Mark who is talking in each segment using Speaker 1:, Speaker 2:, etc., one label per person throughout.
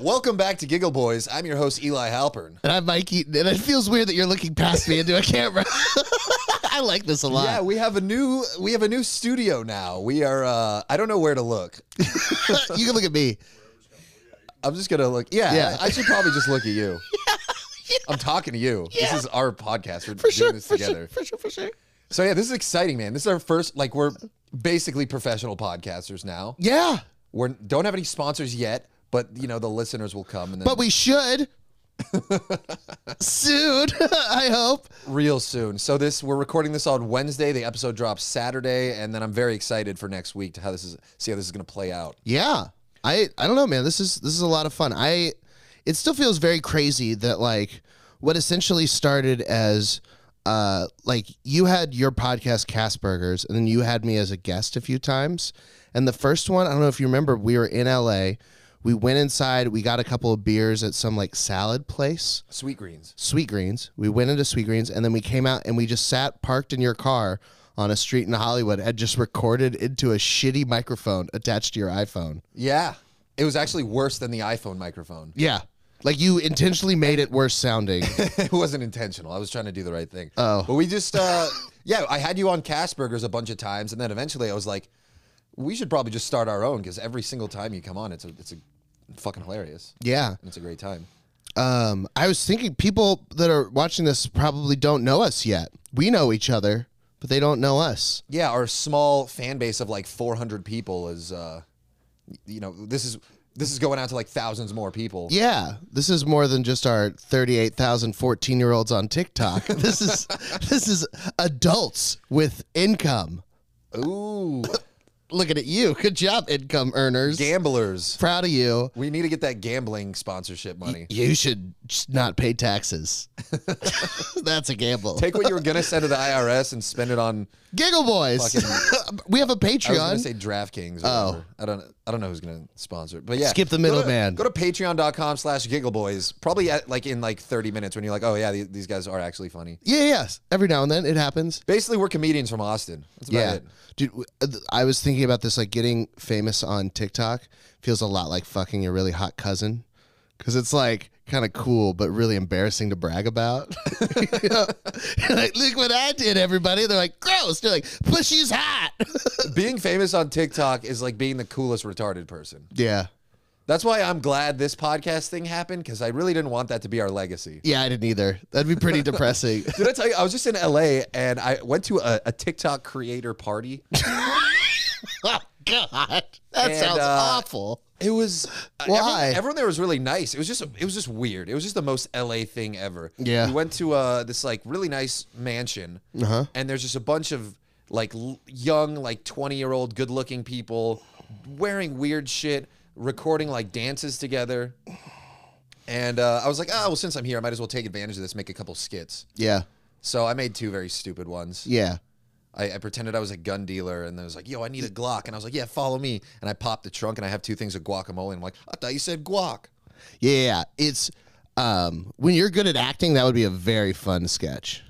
Speaker 1: Welcome back to Giggle Boys. I'm your host, Eli Halpern.
Speaker 2: And I'm Mike Eaton, and it feels weird that you're looking past me into a camera. I like this a lot.
Speaker 1: Yeah, we have a new we have a new studio now. We are uh I don't know where to look.
Speaker 2: you can look at me.
Speaker 1: I'm just gonna look. Yeah,
Speaker 2: Yeah.
Speaker 1: I should probably just look at you. I'm talking to you.
Speaker 2: Yeah.
Speaker 1: This is our podcast. We're
Speaker 2: For
Speaker 1: doing
Speaker 2: sure.
Speaker 1: this
Speaker 2: For sure.
Speaker 1: together.
Speaker 2: For sure. For sure.
Speaker 1: So yeah, this is exciting, man. This is our first like we're basically professional podcasters now.
Speaker 2: Yeah.
Speaker 1: We don't have any sponsors yet, but you know the listeners will come and then
Speaker 2: But we should. Soon, I hope.
Speaker 1: real soon. So this we're recording this on Wednesday. The episode drops Saturday, and then I'm very excited for next week to how this is see how this is gonna play out.
Speaker 2: Yeah. I I don't know, man. This is this is a lot of fun. I it still feels very crazy that like what essentially started as uh like you had your podcast Castburgers and then you had me as a guest a few times. And the first one, I don't know if you remember, we were in LA. We went inside, we got a couple of beers at some like salad place.
Speaker 1: Sweet greens.
Speaker 2: Sweet Greens. We went into Sweet Greens and then we came out and we just sat parked in your car on a street in Hollywood and just recorded into a shitty microphone attached to your iPhone.
Speaker 1: Yeah. It was actually worse than the iPhone microphone.
Speaker 2: Yeah. Like you intentionally made it worse sounding.
Speaker 1: it wasn't intentional. I was trying to do the right thing.
Speaker 2: Oh.
Speaker 1: But we just, uh, yeah, I had you on Cashburgers a bunch of times, and then eventually I was like, we should probably just start our own because every single time you come on, it's a, it's a fucking hilarious.
Speaker 2: yeah.
Speaker 1: And it's a great time.
Speaker 2: Um I was thinking people that are watching this probably don't know us yet. We know each other, but they don't know us.
Speaker 1: Yeah, our small fan base of like 400 people is, uh, you know, this is this is going out to like thousands more people.
Speaker 2: Yeah, this is more than just our 38,000 14-year-olds on TikTok. This is this is adults with income.
Speaker 1: Ooh,
Speaker 2: looking at you. Good job, income earners.
Speaker 1: gamblers.
Speaker 2: Proud of you.
Speaker 1: We need to get that gambling sponsorship money.
Speaker 2: You should just not pay taxes. That's a gamble.
Speaker 1: Take what you were gonna send to the IRS and spend it on
Speaker 2: Giggle boys. we have a
Speaker 1: I was gonna
Speaker 2: Patreon.
Speaker 1: say DraftKings. Or oh, I don't. I don't know who's gonna sponsor it, but yeah,
Speaker 2: Skip the
Speaker 1: Go to-
Speaker 2: middleman.
Speaker 1: Go to, Patreon.com/slash GiggleBoys. Probably at, like in like 30 minutes when you're like, oh yeah, these, these guys are actually funny.
Speaker 2: yeah, yes. Every now and then it happens.
Speaker 1: Basically, we're comedians from Austin. That's about
Speaker 2: yeah.
Speaker 1: it.
Speaker 2: Dude, w- uh, th- I was thinking about this like getting famous on TikTok feels a lot like fucking your really hot cousin cuz it's like kind of cool but really embarrassing to brag about. You know? You're like, look what I did everybody. They're like, "Gross." They're like, "But she's hot."
Speaker 1: Being famous on TikTok is like being the coolest retarded person.
Speaker 2: yeah.
Speaker 1: That's why I'm glad this podcast thing happened because I really didn't want that to be our legacy.
Speaker 2: Yeah, I didn't either. That'd be pretty depressing.
Speaker 1: Did I tell you? I was just in LA and I went to a, a TikTok creator party.
Speaker 2: oh God, that
Speaker 1: And,
Speaker 2: sounds
Speaker 1: uh,
Speaker 2: awful.
Speaker 1: It was
Speaker 2: Why?
Speaker 1: Uh, Everyone, everyone there was really nice. It was just it was just weird. It was just the most LA thing ever.
Speaker 2: Yeah.
Speaker 1: we went to uh, this like really nice mansion,
Speaker 2: Uh-huh.
Speaker 1: and there's just a bunch of like l- young, like twenty year old, good looking people wearing weird shit, recording like dances together. And uh, I was like, oh well, since I'm here, I might as well take advantage of this, make a couple skits.
Speaker 2: Yeah,
Speaker 1: So I made two very stupid ones.
Speaker 2: yeah.
Speaker 1: I, I pretended I was a gun dealer, and I was like, "Yo, I need a Glock," and I was like, "Yeah, follow me." And I popped the trunk, and I have two things of guacamole. And I'm like, "I thought you said guac."
Speaker 2: Yeah, yeah, yeah. It's um, when you're good at acting, that would be a very fun sketch.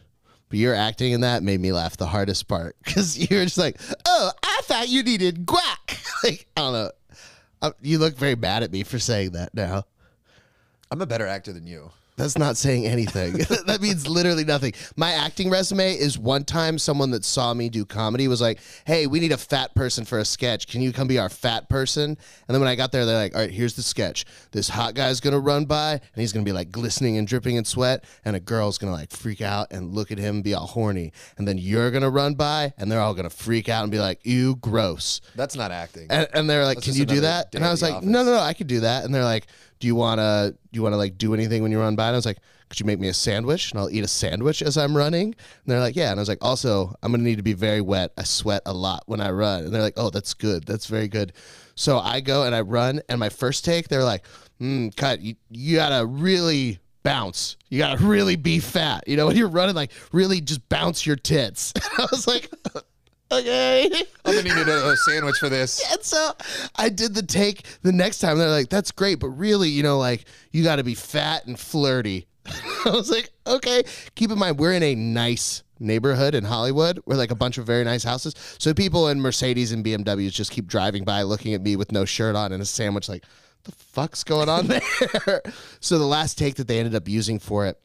Speaker 2: But your acting in that made me laugh the hardest part because you were just like, "Oh, I thought you needed guac." like I don't know. Uh, you look very bad at me for saying that now.
Speaker 1: I'm a better actor than you.
Speaker 2: That's not saying anything. that means literally nothing. My acting resume is one time someone that saw me do comedy was like, "Hey, we need a fat person for a sketch. Can you come be our fat person?" And then when I got there, they're like, "All right, here's the sketch. This hot guy's gonna run by, and he's gonna be like glistening and dripping in sweat, and a girl's gonna like freak out and look at him and be all horny, and then you're gonna run by, and they're all gonna freak out and be like, "Ew, gross."
Speaker 1: That's not acting.
Speaker 2: and, and they're like,
Speaker 1: That's
Speaker 2: "Can
Speaker 1: just
Speaker 2: you do
Speaker 1: another
Speaker 2: that?"
Speaker 1: day
Speaker 2: And
Speaker 1: at
Speaker 2: I was
Speaker 1: the
Speaker 2: like,
Speaker 1: office.
Speaker 2: "No, no, no, I could do that." And they're like, "Do you wanna, do you wanna like do anything when you run by?" And I was like, "Could you make me a sandwich?" And I'll eat a sandwich as I'm running. And they're like, "Yeah." And I was like, "Also, I'm gonna need to be very wet. I sweat a lot when I run." And they're like, "Oh, that's good. That's very good." So I go and I run, and my first take, they're like, mm, "Cut. You, you gotta really." Bounce. You gotta really be fat. You know, when you're running, like really just bounce your tits. And I was like, okay.
Speaker 1: I'm gonna need a, a sandwich for this.
Speaker 2: And so I did the take the next time. They're like, that's great, but really, you know, like, you got to be fat and flirty. I was like, okay. Keep in mind, we're in a nice neighborhood in Hollywood. We're like a bunch of very nice houses. So people in Mercedes and BMWs just keep driving by looking at me with no shirt on and a sandwich, like, the fuck's going on there? so the last take that they ended up using for it,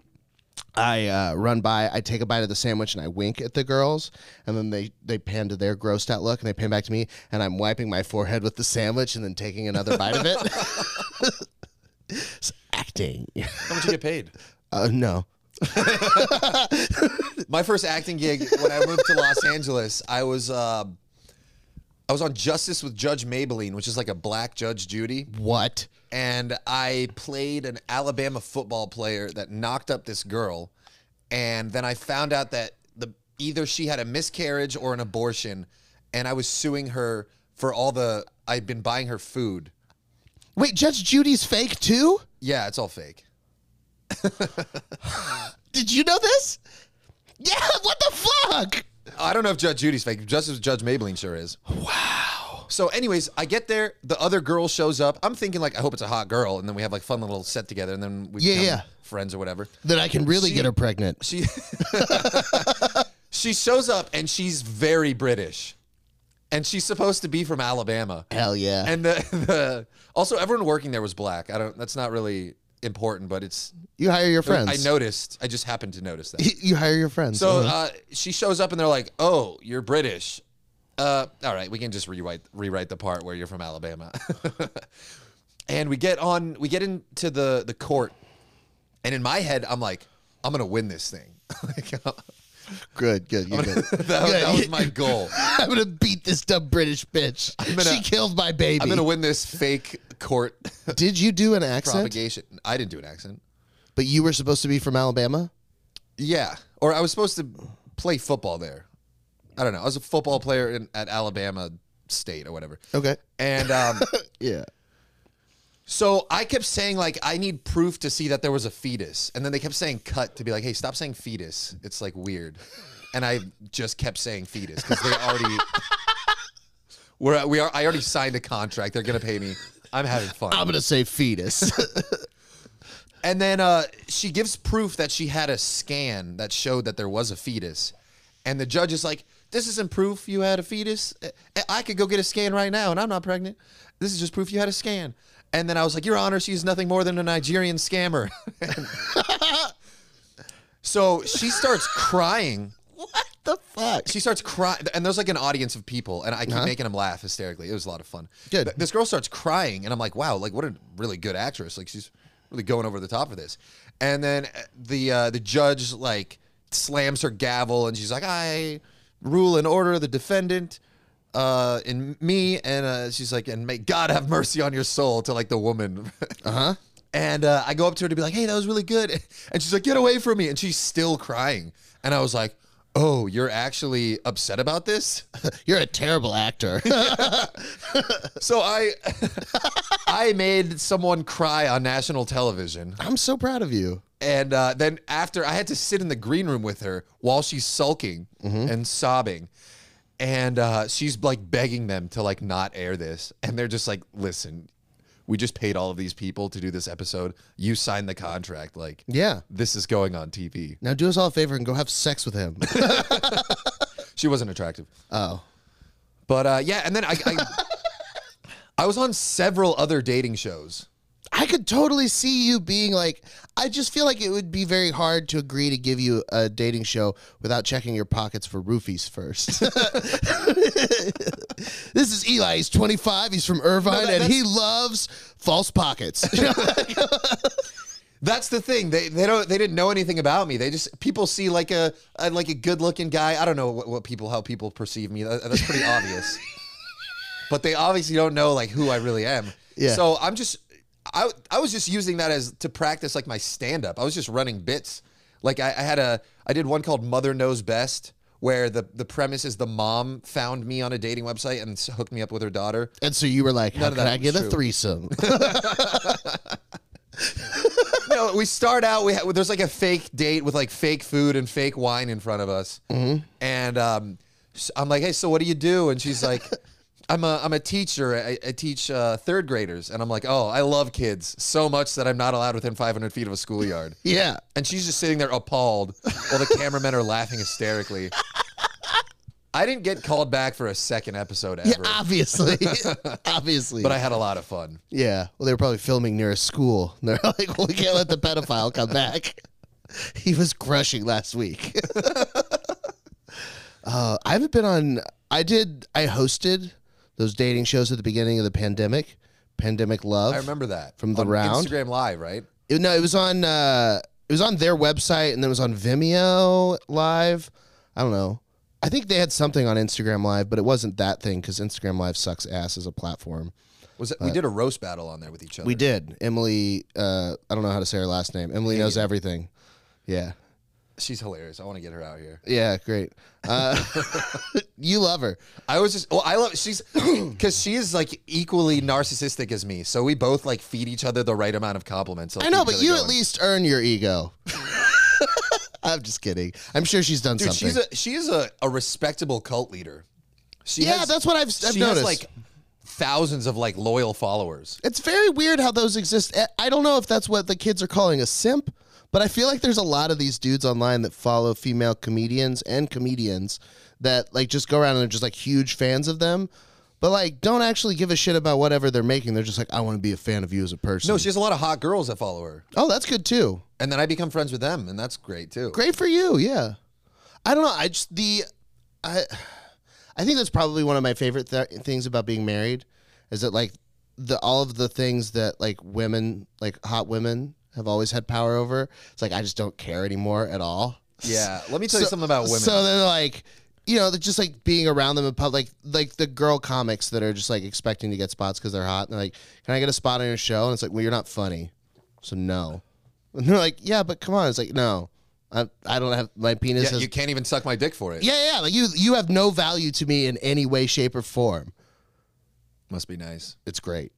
Speaker 2: I uh, run by, I take a bite of the sandwich and I wink at the girls, and then they they pan to their grossed out look and they pan back to me, and I'm wiping my forehead with the sandwich and then taking another bite of it. it's acting.
Speaker 1: How much you get paid?
Speaker 2: Uh, no.
Speaker 1: My first acting gig when I moved to Los Angeles, I was uh, I was on Justice with Judge Maybelline, which is like a black Judge Judy,
Speaker 2: What?
Speaker 1: and I played an Alabama football player that knocked up this girl, and then I found out that the either she had a miscarriage or an abortion, and I was suing her for all the I'd been buying her food.
Speaker 2: Wait, Judge Judy's fake too?
Speaker 1: Yeah, it's all fake.
Speaker 2: Did you know this? Yeah, what the fuck?
Speaker 1: I don't know if Judge Judy's fake. Justice Judge Maybelline sure is. Wow. So, anyways, I get there. The other girl shows up. I'm thinking like, I hope it's a hot girl, and then we have like fun little set together, and then we
Speaker 2: Yeah,
Speaker 1: become
Speaker 2: yeah.
Speaker 1: friends or whatever.
Speaker 2: That I can really
Speaker 1: She-
Speaker 2: get her pregnant.
Speaker 1: She she shows up and she's very British, and she's supposed to be from Alabama.
Speaker 2: Hell yeah.
Speaker 1: And the, the also everyone working there was black. I don't. That's not really important, but it's.
Speaker 2: you hire your friends.
Speaker 1: I noticed. I just happened to notice that.
Speaker 2: You hire your friends.
Speaker 1: So uh, she shows up and they're like, "Oh, you're British." Uh, all right, we can just rewrite rewrite the part where you're from Alabama. and we get on, we get into the the court, and in my head, I'm like, "I'm gonna win this thing." like, uh,
Speaker 2: good, good, you're good.
Speaker 1: that, that was my goal.
Speaker 2: I'm gonna beat this dumb British bitch.
Speaker 1: gonna-
Speaker 2: she killed my baby.
Speaker 1: I'm gonna win this fake court
Speaker 2: Did you do an accent?
Speaker 1: propagation. I didn't do an accent.
Speaker 2: But you were supposed to be from Alabama.
Speaker 1: Yeah, or I was supposed to play football there. I don't know. I was a football player in, at Alabama State or whatever,
Speaker 2: Okay.
Speaker 1: and. Um,
Speaker 2: Yeah.
Speaker 1: So I kept saying like I need proof to see that there was a fetus, and then they kept saying cut to be like, hey, stop saying fetus. It's like weird, and I just kept saying fetus because they already we're we are I already signed a contract. They're gonna pay me. I'm having fun.
Speaker 2: I'm gonna say fetus.
Speaker 1: And then uh, she gives proof that she had a scan that showed that there was a fetus. And the judge is like, This isn't proof you had a fetus. I- I could go get a scan right now, and I'm not pregnant. This is just proof you had a scan. And then I was like, Your Honor, she's nothing more than a Nigerian scammer. so she starts crying.
Speaker 2: what the fuck?
Speaker 1: She starts crying, and there's like an audience of people, and I keep making them laugh hysterically. It was a lot of fun.
Speaker 2: Good.
Speaker 1: Th- This girl starts crying, and I'm like, wow, like what a really good actress. Like she's really going over the top of this. And then uh, the uh, the judge like slams her gavel, and she's like, I rule and order the defendant uh in me and uh she's like and may god have mercy on your soul to like the woman uh-huh and uh i go up to her to be like hey that was really good and she's like get away from me and she's still crying and i was like oh you're actually upset about this
Speaker 2: You're a terrible actor.
Speaker 1: so i i made someone cry on national television
Speaker 2: I'm so proud of you.
Speaker 1: and uh, then after I had to sit in the green room with her while she's sulking and sobbing, and uh, she's like begging them to like not air this, and they're just like, "Listen, we just paid all of these people to do this episode. You signed the contract. Like,
Speaker 2: Yeah.
Speaker 1: this is going on TV."
Speaker 2: Now do us all a favor and go have sex with him.
Speaker 1: She wasn't attractive,
Speaker 2: oh.
Speaker 1: but uh, yeah. And then I, I, I was on several other dating shows.
Speaker 2: I could totally see you being like, I just feel like it would be very hard to agree to give you a dating show without checking your pockets for roofies first. this is Eli. He's 25. He's from Irvine,
Speaker 1: that-
Speaker 2: and he loves false pockets.
Speaker 1: That's the thing. They they don't they didn't know anything about me. They just people see like a, a like a good looking guy. I don't know what, what people how people perceive me. That- that's pretty obvious. But they obviously don't know like who I really am.
Speaker 2: Yeah.
Speaker 1: So I'm just I I was just using that as to practice like my stand up. I was just running bits. Like I, I had a I did one called Mother Knows Best where the the premise is the mom found me on a dating website and s- hooked me up with her daughter.
Speaker 2: and so you were like, How
Speaker 1: of
Speaker 2: can
Speaker 1: that
Speaker 2: I
Speaker 1: was
Speaker 2: get a
Speaker 1: true.
Speaker 2: threesome?
Speaker 1: no, we start out. We ha- there's like a fake date with like fake food and fake wine in front of us,
Speaker 2: Mm-hmm.
Speaker 1: and um, s- I'm like, hey, so what do you do? And she's like, I'm a I'm a teacher. I, I teach uh, third graders, and I'm like, oh, I love kids so much that I'm not allowed within 500 feet of a schoolyard.
Speaker 2: yeah.
Speaker 1: And she's just sitting there appalled while the cameramen are laughing hysterically. I didn't get called back for a second episode ever,
Speaker 2: Yeah, uh, obviously, obviously.
Speaker 1: but I had a lot of fun.
Speaker 2: yeah, well, they were probably filming near a school. And they're like, well, we can't let the pedophile come back. He was crushing last week. uh, I haven't been on. I did. I hosted those dating shows at the beginning of the pandemic. Pandemic Love.
Speaker 1: I remember that
Speaker 2: From the
Speaker 1: on
Speaker 2: round?
Speaker 1: Instagram Live, right?
Speaker 2: It- no, it was on uh, it was on their website and then it was on Vimeo live. I don't know. I think they had something on Instagram live, but it wasn't that thing because Instagram live sucks ass as a platform.
Speaker 1: Was it, we did a roast battle on there with each other?
Speaker 2: Uh, We did. Emily, uh, I don't know how to say her last name. Emily knows everything. Yeah.
Speaker 1: She's hilarious. I want to get her out here.
Speaker 2: Yeah, great. Uh, you love her.
Speaker 1: I was just well, I love she's because she is like equally narcissistic as me, so we both like feed each other the right amount of compliments. to, like,
Speaker 2: I know,
Speaker 1: keep each
Speaker 2: but
Speaker 1: other
Speaker 2: you
Speaker 1: going.
Speaker 2: at least earn your ego. I'm just kidding. I'm sure she's done
Speaker 1: dude,
Speaker 2: something.
Speaker 1: she's a she is a, a respectable cult leader. She
Speaker 2: yeah,
Speaker 1: has,
Speaker 2: that's what I've, I've
Speaker 1: she
Speaker 2: noticed.
Speaker 1: has like thousands of like loyal followers.
Speaker 2: It's very weird how those exist. I- I don't know if that's what the kids are calling a simp, but I feel like there's a lot of these dudes online that follow female comedians and comedians that like just go around and are just like huge fans of them, but like don't actually give a shit about whatever they're making. They're just like, I want to be a fan of you as a person.
Speaker 1: No, she has a lot of hot girls that follow her,
Speaker 2: oh, that's good too.
Speaker 1: and then I become friends with them, and that's great too.
Speaker 2: Great for you. Yeah. I don't know. I just the I I think that's probably one of my favorite th- things about being married is that like the all of the things that like women like hot women have always had power over. It's like I just don't care anymore at all.
Speaker 1: Yeah, let me tell you something about women.
Speaker 2: So they're like, you know, they're just like being around them in public, like, like the girl comics that are just like expecting to get spots because they're hot. And they're like, can I get a spot on your show? And it's like, well, you're not funny. So no. And they're like, yeah, but come on. It's like, no, I, I don't have my penis.
Speaker 1: yeah,
Speaker 2: has,
Speaker 1: you can't even suck my dick for it.
Speaker 2: yeah, yeah. Like you, you have no value to me in any way, shape, or form.
Speaker 1: must be nice.
Speaker 2: It's great.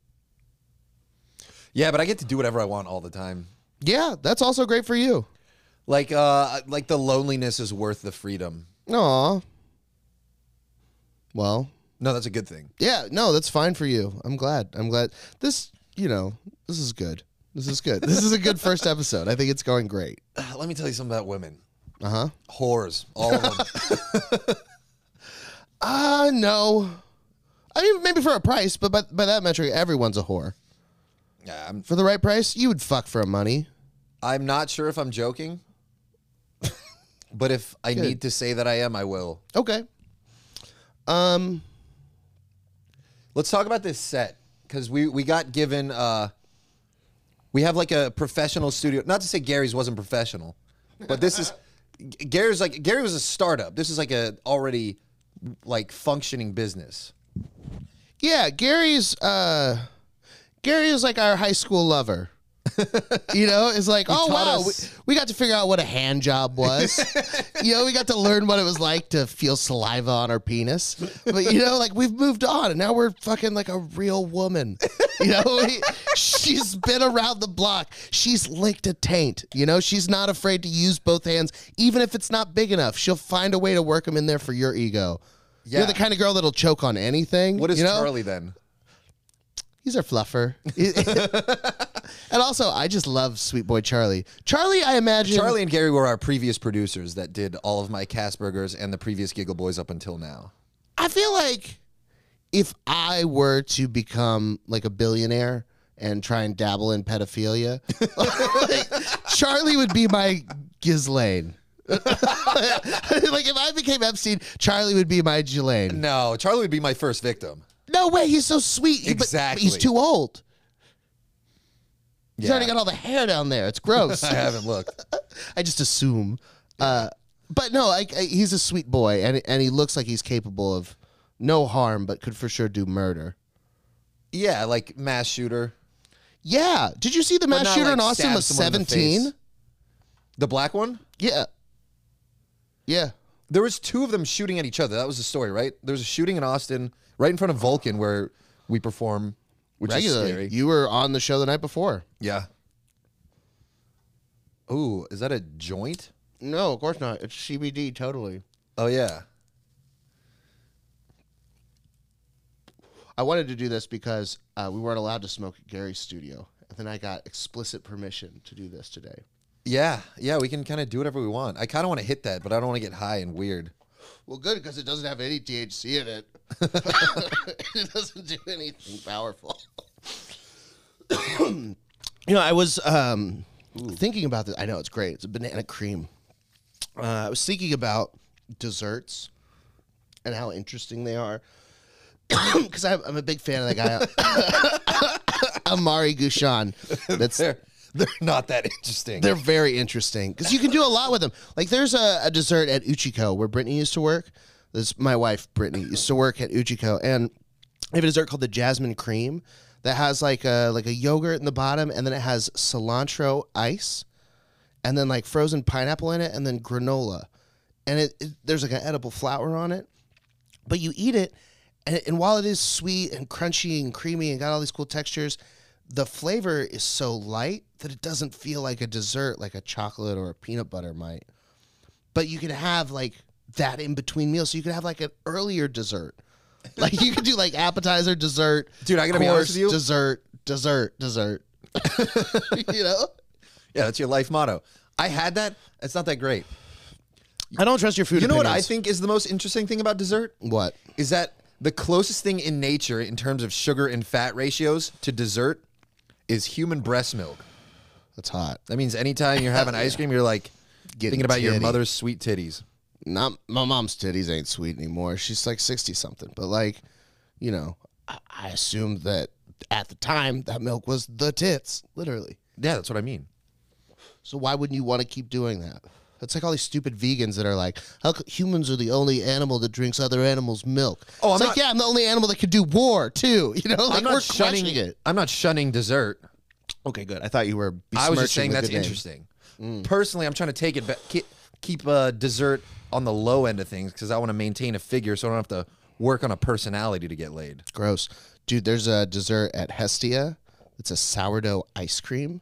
Speaker 1: Yeah, but I get to do whatever I want all the time.
Speaker 2: Yeah, that's also great for you.
Speaker 1: Like, uh, like the loneliness is worth the freedom.
Speaker 2: Aw. Well,
Speaker 1: No, that's a good thing.
Speaker 2: Yeah, no, that's fine for you. I'm glad. I'm glad. This, you know, this is good. This is good. This is a good first episode. I think it's going great.
Speaker 1: Let me tell you something about women.
Speaker 2: Uh huh.
Speaker 1: Whores, all of them.
Speaker 2: Uh, no. I mean, maybe for a price, but by, by that metric, everyone's a whore.
Speaker 1: yeah, I'm,
Speaker 2: For the right price, you would fuck for a money.
Speaker 1: I'm not sure if I'm joking, but if I need to say that I am, I will.
Speaker 2: Okay. Um,
Speaker 1: Let's talk about this set because we we got given. Uh, we have like a professional studio. Not to say Gary's wasn't professional, but this is G- Gary's like Gary was a startup. This is like a already like functioning business.
Speaker 2: yeah, Gary's, uh, Gary is like our high school lover. you know, it's like, oh
Speaker 1: taught
Speaker 2: wow, we,
Speaker 1: us-
Speaker 2: we got to figure out what a hand job was. you know, we got to learn what it was like to feel saliva on our penis. But you know, like we've moved on, and now we're fucking like a real woman. You know, we, she's been around the block. She's licked a taint. You know, she's not afraid to use both hands, even if it's not big enough. She'll find a way to work them in there for your ego.
Speaker 1: Yeah.
Speaker 2: You're the kind of girl that'll choke on anything.
Speaker 1: What is
Speaker 2: you know?
Speaker 1: Charlie then?
Speaker 2: He's our fluffer. and also, I just love Sweet Boy Charlie. Charlie, I imagine.
Speaker 1: Charlie and Gary were our previous producers that did all of my Caspergers and the previous Giggle Boys up until now.
Speaker 2: I feel like if I were to become like a billionaire and try and dabble in pedophilia, like, Charlie would be my Ghislaine. like if I became Epstein, Charlie would be my Ghislaine.
Speaker 1: No, Charlie would be my first victim.
Speaker 2: No way, he's so sweet. He- but- but he's
Speaker 1: Exactly.
Speaker 2: too old. He's
Speaker 1: Yeah.
Speaker 2: already got all the hair down there. It's gross.
Speaker 1: I haven't looked.
Speaker 2: I just assume. Uh, but no, I, I- he's a sweet boy, and and he looks like he's capable of no harm, but could for sure do murder.
Speaker 1: Yeah, like mass shooter.
Speaker 2: Yeah. Did you see the mass
Speaker 1: not,
Speaker 2: shooter
Speaker 1: like,
Speaker 2: in Austin
Speaker 1: stab
Speaker 2: was
Speaker 1: someone in the face.
Speaker 2: seventeen?
Speaker 1: The black one?
Speaker 2: Yeah. Yeah.
Speaker 1: There was two of them shooting at each other. That was the story, right? There was a shooting in Austin, right in front of Vulcan, where we perform, which
Speaker 2: Regularly.
Speaker 1: is scary.
Speaker 2: You were on the show the night before.
Speaker 1: yeah. Ooh, is that a joint?
Speaker 2: No, of course not. It's CBD totally.
Speaker 1: Oh yeah.
Speaker 2: I wanted to do this because uh, we weren't allowed to smoke at Gary's studio. And then I got explicit permission to do this today.
Speaker 1: Yeah, yeah, we can kind of do whatever we want. I kind of want to hit that, but I don't want to get high and weird.
Speaker 2: well, good because it doesn't have any THC in it. it doesn't do anything powerful. you know, I was um, thinking about this. I know it's great. It's a banana cream. Uh, I was thinking about desserts and how interesting they are. Because I'm, I'm a big fan of that guy, Amari Gushan. That's
Speaker 1: They're, they're not that interesting.
Speaker 2: they're very interesting because you can do a lot with them. Like there's a, a dessert at Uchiko where Brittany used to work. This my wife Brittany used to work at Uchiko, and they have a dessert called the Jasmine Cream that has like a like a yogurt in the bottom, and then it has cilantro ice, and then like frozen pineapple in it, and then granola, and it, it there's like an edible flower on it but you eat it and, and while it is sweet and crunchy and creamy and got all these cool textures the flavor is so light that it doesn't feel like a dessert like a chocolate or a peanut butter might but you can have like that in between meals so you could have like an earlier dessert like you could do like appetizer dessert
Speaker 1: Dude, I gotta be honest with you.
Speaker 2: dessert dessert dessert you know
Speaker 1: yeah, that's your life motto. I had that. It's not that great.
Speaker 2: i don't trust your food
Speaker 1: You know what I think is the most interesting thing about dessert?
Speaker 2: what
Speaker 1: Is that the closest thing in nature in terms of sugar and fat ratios to dessert is human breast milk.
Speaker 2: that's hot
Speaker 1: That means anytime you're having ice cream, you're like
Speaker 2: Getting
Speaker 1: thinking about your
Speaker 2: titty.
Speaker 1: mother's sweet titties.
Speaker 2: not my mom's titties ain't sweet anymore. She's like sixty something, but like, you know, I, I assumed that at the time that milk was the tits, literally.
Speaker 1: Yeah, that's what I mean.
Speaker 2: So why wouldn't you want to keep doing that? It's like all these stupid vegans that are like, "How co- humans are the only animal that drinks other animals' milk."
Speaker 1: Oh, I'm
Speaker 2: it's
Speaker 1: not-
Speaker 2: like, yeah, I'm the only animal that can do war too. You know, like
Speaker 1: I'm not
Speaker 2: we're
Speaker 1: shunning
Speaker 2: crushing it.
Speaker 1: I'm not shunning dessert.
Speaker 2: Okay, good. I thought you were.
Speaker 1: I was just saying
Speaker 2: besmirching the
Speaker 1: that's
Speaker 2: good name.
Speaker 1: interesting. Personally, I'm trying to take it back, keep, keep uh, dessert on the low end of things because I want to maintain a figure so I don't have to work on a personality to get laid.
Speaker 2: Gross. Dude, there's a dessert at Hestia. It's a sourdough ice cream.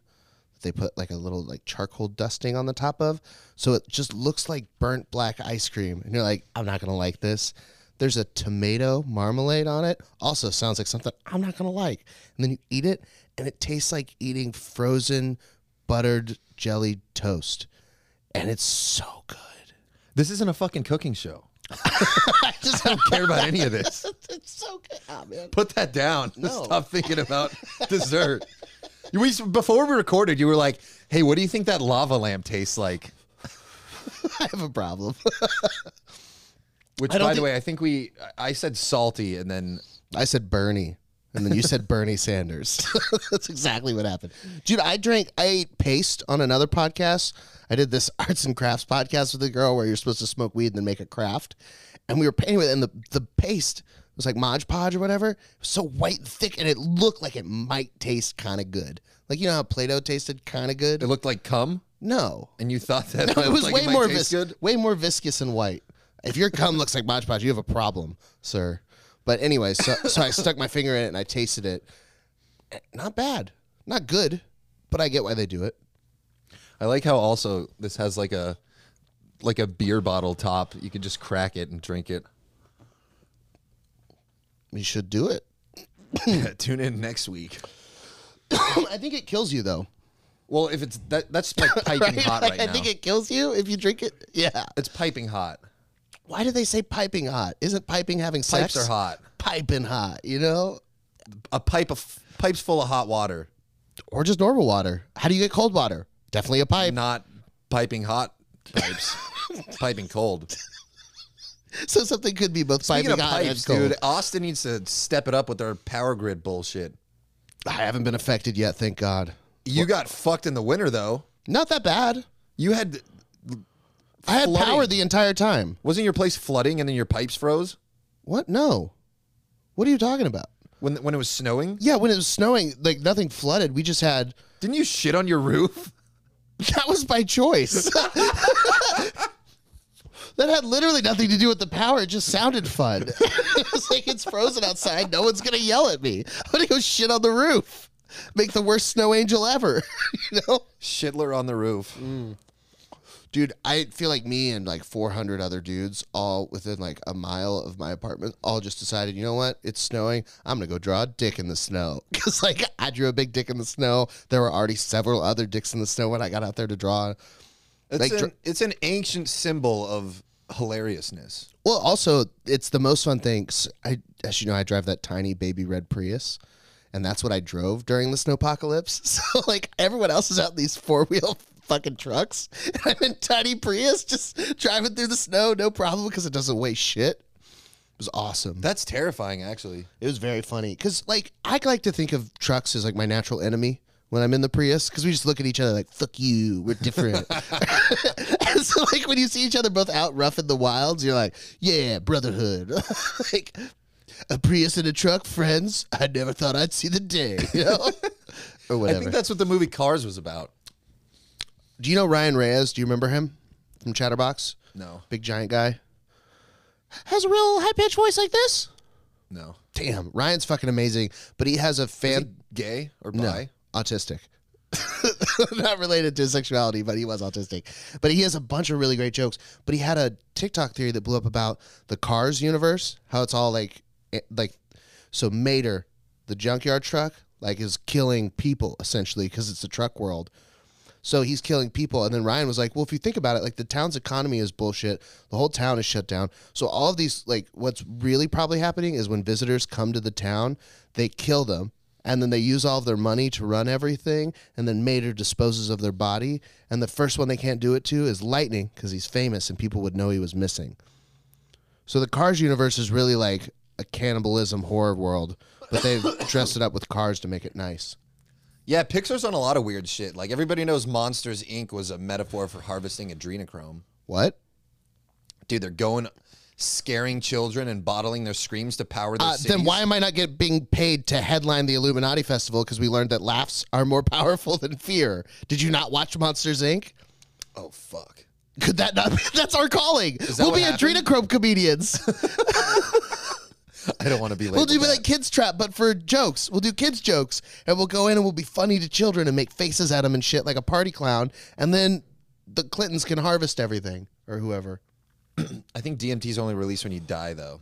Speaker 2: They put like a little like charcoal dusting on the top of. So it just looks like burnt black ice cream. And you're like, I'm not going to like this. There's a tomato marmalade on it. Also sounds like something I'm not going to like. And then you eat it and it tastes like eating frozen buttered jelly toast. And it's so good.
Speaker 1: This isn't a fucking cooking show.
Speaker 2: I just don't
Speaker 1: Care about any of this?
Speaker 2: It's so good. Ah, man.
Speaker 1: Put that down.
Speaker 2: No.
Speaker 1: Stop thinking about dessert. We before we recorded, you were like, "Hey, what do you think that lava lamp tastes like?"
Speaker 2: I have a problem.
Speaker 1: Which,
Speaker 2: I don't
Speaker 1: by the
Speaker 2: think-
Speaker 1: way, I think we I said salty, and then
Speaker 2: I said Bernie, and then you said Bernie Sanders. That's exactly what happened, dude. I drank, I ate paste on another podcast. I did this arts and crafts podcast with a girl where you're supposed to smoke weed and then make a craft, and we were painting with, it, and the the paste was like Mod Podge or whatever, it was so white and thick, and it looked like it might taste kind of good. Like you know how Play-Doh tasted kind of good?
Speaker 1: it looked like cum,
Speaker 2: No,
Speaker 1: and you thought that
Speaker 2: no, it
Speaker 1: looked
Speaker 2: was
Speaker 1: like
Speaker 2: way
Speaker 1: might
Speaker 2: more
Speaker 1: taste
Speaker 2: vis- way more viscous and white. If your cum looks like Mod Podge, you have a problem, sir. But anyway, so so I stuck my finger in it and I tasted it. Eh, Not bad, not good, but I get why they do it.
Speaker 1: I like how also this has like a like a beer bottle top. You could just crack it and drink it.
Speaker 2: You should do it.
Speaker 1: Tune in next week.
Speaker 2: I think it kills you though.
Speaker 1: Well, if it's that that's like piping hot
Speaker 2: Like,
Speaker 1: right
Speaker 2: I
Speaker 1: now.
Speaker 2: think it kills you if you drink it. Yeah.
Speaker 1: it's piping hot.
Speaker 2: Why do they say piping hot? Isn't piping having sex?
Speaker 1: Pipes are hot.
Speaker 2: Piping hot, you know,
Speaker 1: A pipe of pipes full of hot water.
Speaker 2: or just normal water. How do you get cold water? Definitely a pipe.
Speaker 1: Not piping hot pipes. piping cold.
Speaker 2: So something could be both
Speaker 1: Speaking
Speaker 2: piping
Speaker 1: of
Speaker 2: hot
Speaker 1: pipes,
Speaker 2: and cold.
Speaker 1: dude, Austin needs to step it up with their power grid bullshit.
Speaker 2: I haven't been affected yet, thank God.
Speaker 1: You got fucked in the winter though.
Speaker 2: Not that bad.
Speaker 1: You had
Speaker 2: I had
Speaker 1: Flooding.
Speaker 2: power the entire time.
Speaker 1: wasn't your place flooding and then your pipes froze
Speaker 2: What? No. What are you talking about?
Speaker 1: when when it was snowing?
Speaker 2: Yeah, when it was snowing, like nothing flooded. We just had
Speaker 1: Didn't you shit on your roof?
Speaker 2: that was by choice. that had literally nothing to do with the power. It just sounded fun. it was like it's frozen outside. No one's gonna yell at me. I'm gonna go shit on the roof. Make the worst snow angel ever. you know.
Speaker 1: Shitler on the roof.
Speaker 2: Dude, I feel like me and like 400 other dudes, all within like a mile of my apartment, all just decided, you know what? It's snowing. I'm going to go draw a dick in the snow. Because, like, I drew a big dick in the snow. There were already several other dicks in the snow when I got out there to draw.
Speaker 1: It's,
Speaker 2: Like
Speaker 1: an,
Speaker 2: dr-
Speaker 1: it's an ancient symbol of hilariousness.
Speaker 2: Well, also, it's the most fun thing. 'cause I, as you know, I drive that tiny baby red Prius, and that's what I drove during the snowpocalypse. So, like, everyone else is out in these four wheel fucking trucks, and I'm in tiny Prius just driving through the snow, no problem, because it doesn't weigh shit. It was awesome.
Speaker 1: That's terrifying, actually.
Speaker 2: It was very funny because, like, I like to think of trucks as like my natural enemy when I'm in the Prius because we just look at each other like "fuck you," we're different. And so, like, when you see each other both out rough in the wilds, you're like, "Yeah, brotherhood." like, a Prius and a truck, friends. I never thought I'd see the day, you know,
Speaker 1: I
Speaker 2: or
Speaker 1: think
Speaker 2: whatever.
Speaker 1: that's what the movie Cars was about.
Speaker 2: Do you know Ryan Reyes? Do you remember him from Chatterbox?
Speaker 1: No,
Speaker 2: Big giant guy has a real high pitched voice like this.
Speaker 1: no.
Speaker 2: Damn, Ryan's fucking amazing, but he has a fan.
Speaker 1: Gay or
Speaker 2: No,
Speaker 1: bi?
Speaker 2: autistic. Not related to sexuality, but he was autistic. But he has a bunch of really great jokes. But he had a TikTok theory that blew up about the Cars universe, how it's all like, eh, like, so Mater, the junkyard truck, like is killing people essentially because it's the truck world. So he's killing people. And then Ryan was like, well, if you think about it, like the town's economy is bullshit. The whole town is shut down. So all of these, like, what's really probably happening is when visitors come to the town, they kill them. And then they use all of their money to run everything. And then Mater disposes of their body. And the first one they can't do it to is Lightning because he's famous and people would know he was missing. So the Cars universe is really like a cannibalism horror world, but they've dressed it up with cars to make it nice.
Speaker 1: Yeah, Pixar's on a lot of weird shit. Like everybody knows Monsters Inc. was a metaphor for harvesting adrenochrome.
Speaker 2: What?
Speaker 1: Dude, they're going scaring children and bottling their screams to power their
Speaker 2: Uh,
Speaker 1: cities.
Speaker 2: then why am I not get, being paid to headline the Illuminati Festival? Because we learned that laughs are more powerful than fear. Did you not watch Monsters Inc?
Speaker 1: Oh fuck.
Speaker 2: Could that not? That's our calling.
Speaker 1: that
Speaker 2: We'll
Speaker 1: what
Speaker 2: be
Speaker 1: happened?
Speaker 2: adrenochrome comedians.
Speaker 1: I don't want to be late.
Speaker 2: we'll do like Kids Trap, but for jokes. We'll do kids jokes, and we'll go in and we'll be funny to children and make faces at them and shit like a party clown. And then the Clintons can harvest everything or whoever,
Speaker 1: I think DMT's only released when you die though.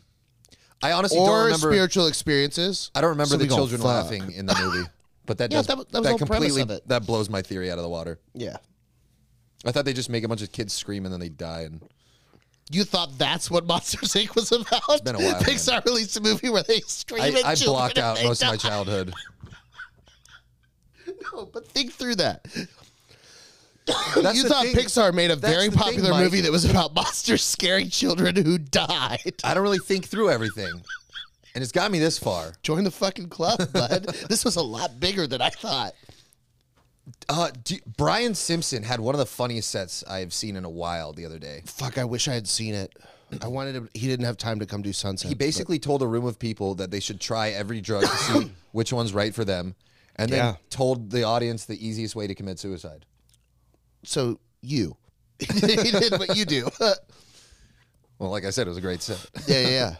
Speaker 1: I honestly don't
Speaker 2: or
Speaker 1: remember
Speaker 2: spiritual experiences.
Speaker 1: I don't remember
Speaker 2: So
Speaker 1: the
Speaker 2: we gonna
Speaker 1: children
Speaker 2: fuck.
Speaker 1: laughing in the movie. But that
Speaker 2: Yeah,
Speaker 1: does
Speaker 2: that was- that was the whole premise
Speaker 1: completely
Speaker 2: of it.
Speaker 1: that blows my theory out of the water.
Speaker 2: Yeah.
Speaker 1: I thought they just make a bunch of kids scream and then they die and
Speaker 2: You thought that's what Monsters Inc. was about? It's
Speaker 1: been a while, man.
Speaker 2: Pixar released a movie where they scream
Speaker 1: I,
Speaker 2: at
Speaker 1: I
Speaker 2: children
Speaker 1: blocked
Speaker 2: and
Speaker 1: out
Speaker 2: they
Speaker 1: most of my
Speaker 2: die.
Speaker 1: childhood.
Speaker 2: No, but think through that.
Speaker 1: That's
Speaker 2: you
Speaker 1: the
Speaker 2: thought
Speaker 1: thing.
Speaker 2: Pixar made a
Speaker 1: That's
Speaker 2: very
Speaker 1: the thing,
Speaker 2: popular
Speaker 1: Mike.
Speaker 2: movie that was about monsters scaring children who died.
Speaker 1: I don't really think through everything. And it's got me this far.
Speaker 2: Join the fucking club, bud. this was a lot bigger than I thought.
Speaker 1: Uh, do, Brian Simpson had one of the funniest sets I've seen in a while the other day.
Speaker 2: Fuck, I wish I had seen it. I wanted to. He didn't have time to come do Sunset.
Speaker 1: He basically told a room of people that they should try every drug to see which one's right for them, and then
Speaker 2: Yeah.
Speaker 1: told the audience the easiest way to commit suicide.
Speaker 2: so you. he did what you do. yeah,
Speaker 1: Well, like I said, it was a great set.
Speaker 2: yeah, yeah.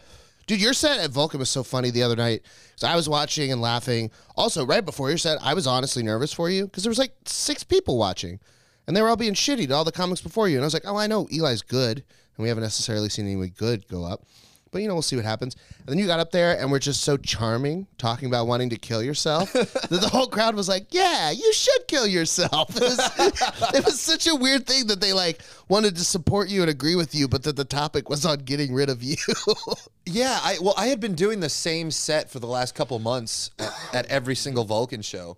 Speaker 2: Dude, your set at Vulcan was so funny the other night. So I was watching and laughing. Also, right before your set, I was honestly nervous for you because there was like six people watching, and they were all being shitty to all the comics before you. And I was like, oh, I know Eli's good, and we haven't necessarily seen anyone good go up, but you know, we'll see what happens. And then you got up there and were just so charming, talking about wanting to kill yourself, that the whole crowd was like, yeah, you should kill yourself. It was, it was such a weird thing that they like wanted to support you and agree with you, but that the topic was on getting rid of you.
Speaker 1: Yeah, I well, I had been doing the same set for the last couple months at, at every single Vulcan show,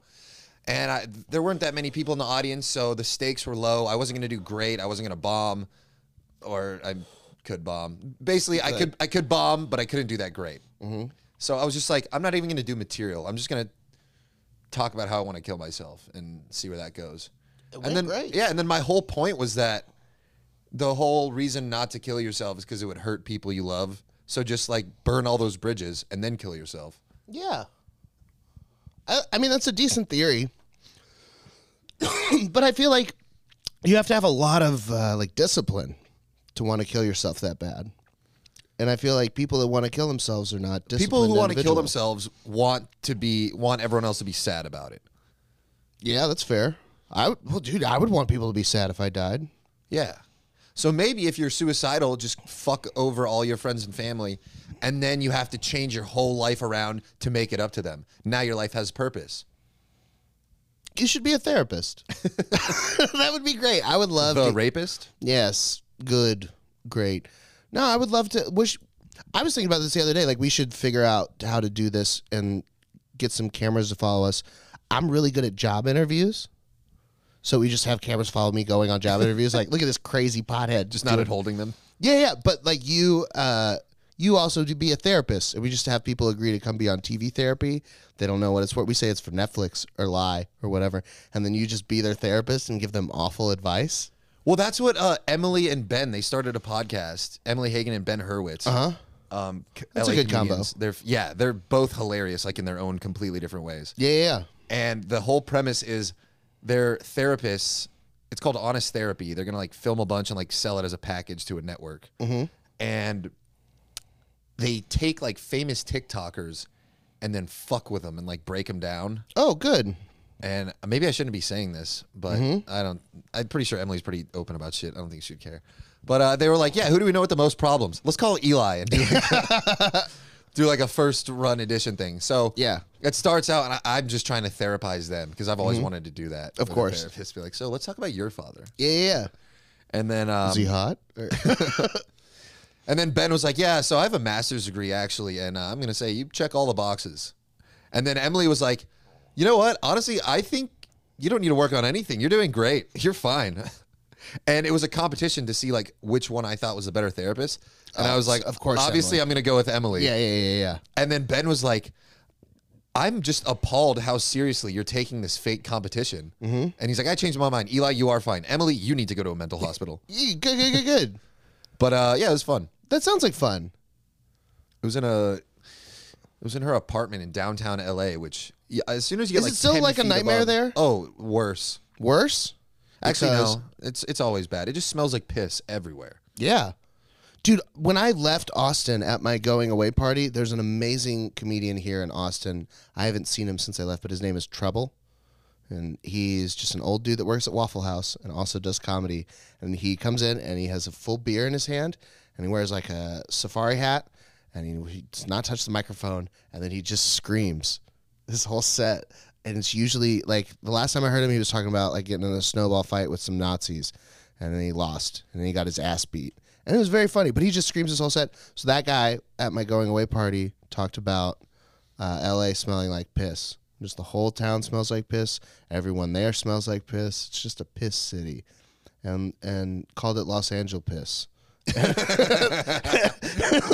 Speaker 1: and I, there weren't that many people in the audience, so the stakes were low. I wasn't going to do great. I wasn't going to bomb, or I could bomb. Basically, I could I could bomb, but I couldn't do that great.
Speaker 2: Mm-hmm.
Speaker 1: So I was just like, I'm not even going to do material. I'm just going to talk about how I want to kill myself and see where that goes.
Speaker 2: went
Speaker 1: and then
Speaker 2: great.
Speaker 1: yeah, and then my whole point was that the whole reason not to kill yourself is because it would hurt people you love. So just like burn all those bridges and then kill yourself.
Speaker 2: Yeah. I, I mean, that's a decent theory. but I feel like you have to have a lot of uh, like discipline to want to kill yourself that bad. And I feel like people that want to kill themselves are not disciplined.
Speaker 1: People who want to kill
Speaker 2: individuals.
Speaker 1: themselves want to be want everyone else to be sad about it.
Speaker 2: Yeah, that's fair. I would, well, dude, I would want people to be sad if I died.
Speaker 1: Yeah. So maybe if you're suicidal, just fuck over all your friends and family, and then you have to change your whole life around to make it up to them. Now your life has purpose.
Speaker 2: You should be a therapist. that would be great. I would love
Speaker 1: The
Speaker 2: to
Speaker 1: rapist?
Speaker 2: Yes, good, great. No, I would love to wish. I was thinking about this the other day. Like, we should figure out how to do this and get some cameras to follow us. I'm really good at job interviews. So we just have cameras follow me going on job interviews. Like, look at this crazy pothead.
Speaker 1: Just not at holding them.
Speaker 2: Yeah, yeah. But like you, uh, you also do be a therapist, and we just have people agree to come be on TV therapy. They don't know what it's for. We say it's for Netflix or Lie or whatever, and then you just be their therapist and give them awful advice.
Speaker 1: Well, that's what uh, Emily and Ben. They started a podcast. Emily Hagen and Ben Hurwitz. Uh huh. Um, c-
Speaker 2: Uh-huh. That's a
Speaker 1: LA
Speaker 2: good combo.
Speaker 1: comedians. They're yeah, they're both hilarious, like in their own completely different ways.
Speaker 2: Yeah, yeah, yeah.
Speaker 1: And the whole premise is they're therapists. It's called Honest Therapy. They're gonna like film a bunch and like sell it as a package to a network. And they take like famous TikTokers and then fuck with them and like break them down.
Speaker 2: Oh, good.
Speaker 1: And maybe I shouldn't be saying this, but I don't. I'm pretty sure Emily's pretty open about shit. I don't think she'd care. But uh, they were like, "Yeah, who do we know with the most problems? Let's call Eli and do, like- do like a first run edition thing." So
Speaker 2: Yeah.
Speaker 1: it starts out, and I, I'm just trying to therapize them because I've always wanted to do that. Of
Speaker 2: Mm-hmm. course.
Speaker 1: be like, "So let's talk about your father,"
Speaker 2: Yeah, yeah. yeah.
Speaker 1: and then um,
Speaker 2: Is he hot? Or-
Speaker 1: And then Ben was like, "Yeah, so I have a master's degree actually, and uh, I'm gonna say you check all the boxes." And then Emily was like, "You know what? Honestly, I think you don't need to work on anything. You're doing great. You're fine." and it was a competition to see like which one I thought was the better therapist. And I was like,
Speaker 2: Oh, of course,
Speaker 1: obviously, I'm gonna go with Emily."
Speaker 2: yeah, yeah, yeah, yeah.
Speaker 1: And then Ben was like, I'm just appalled how seriously you're taking this fake competition. Mm-hmm. And he's like, I changed my mind. Eli, you are fine. Emily, you need to go to a mental hospital.
Speaker 2: yeah. Good, good, good, good.
Speaker 1: But uh, yeah, it was fun.
Speaker 2: That sounds like fun.
Speaker 1: It was in a. It was in her apartment in downtown L.A. Which yeah, as soon as you get
Speaker 2: Is it
Speaker 1: like
Speaker 2: still
Speaker 1: 10
Speaker 2: like a
Speaker 1: feet
Speaker 2: nightmare
Speaker 1: above-
Speaker 2: there?
Speaker 1: Oh, worse.
Speaker 2: Worse?
Speaker 1: Actually,
Speaker 2: Because-
Speaker 1: no. It's it's always bad. It just smells like piss everywhere.
Speaker 2: Yeah. Dude, when I left Austin at my going away party, there's an amazing comedian here in Austin. I haven't seen him since I left, but his name is Trouble. And he's just an old dude that works at Waffle House and also does comedy. And he comes in and he has a full beer in his hand and he wears like a safari hat and he, he does not touch the microphone. And then he just screams this whole set. And it's usually like the last time I heard him, he was talking about like getting in a snowball fight with some Nazis and then he lost and then he got his ass beat and it was very funny but he just screams this whole set so that guy at my going away party talked about uh, la smelling like piss just the whole town smells like piss everyone there smells like piss it's just a piss city and and called it los angeles piss like,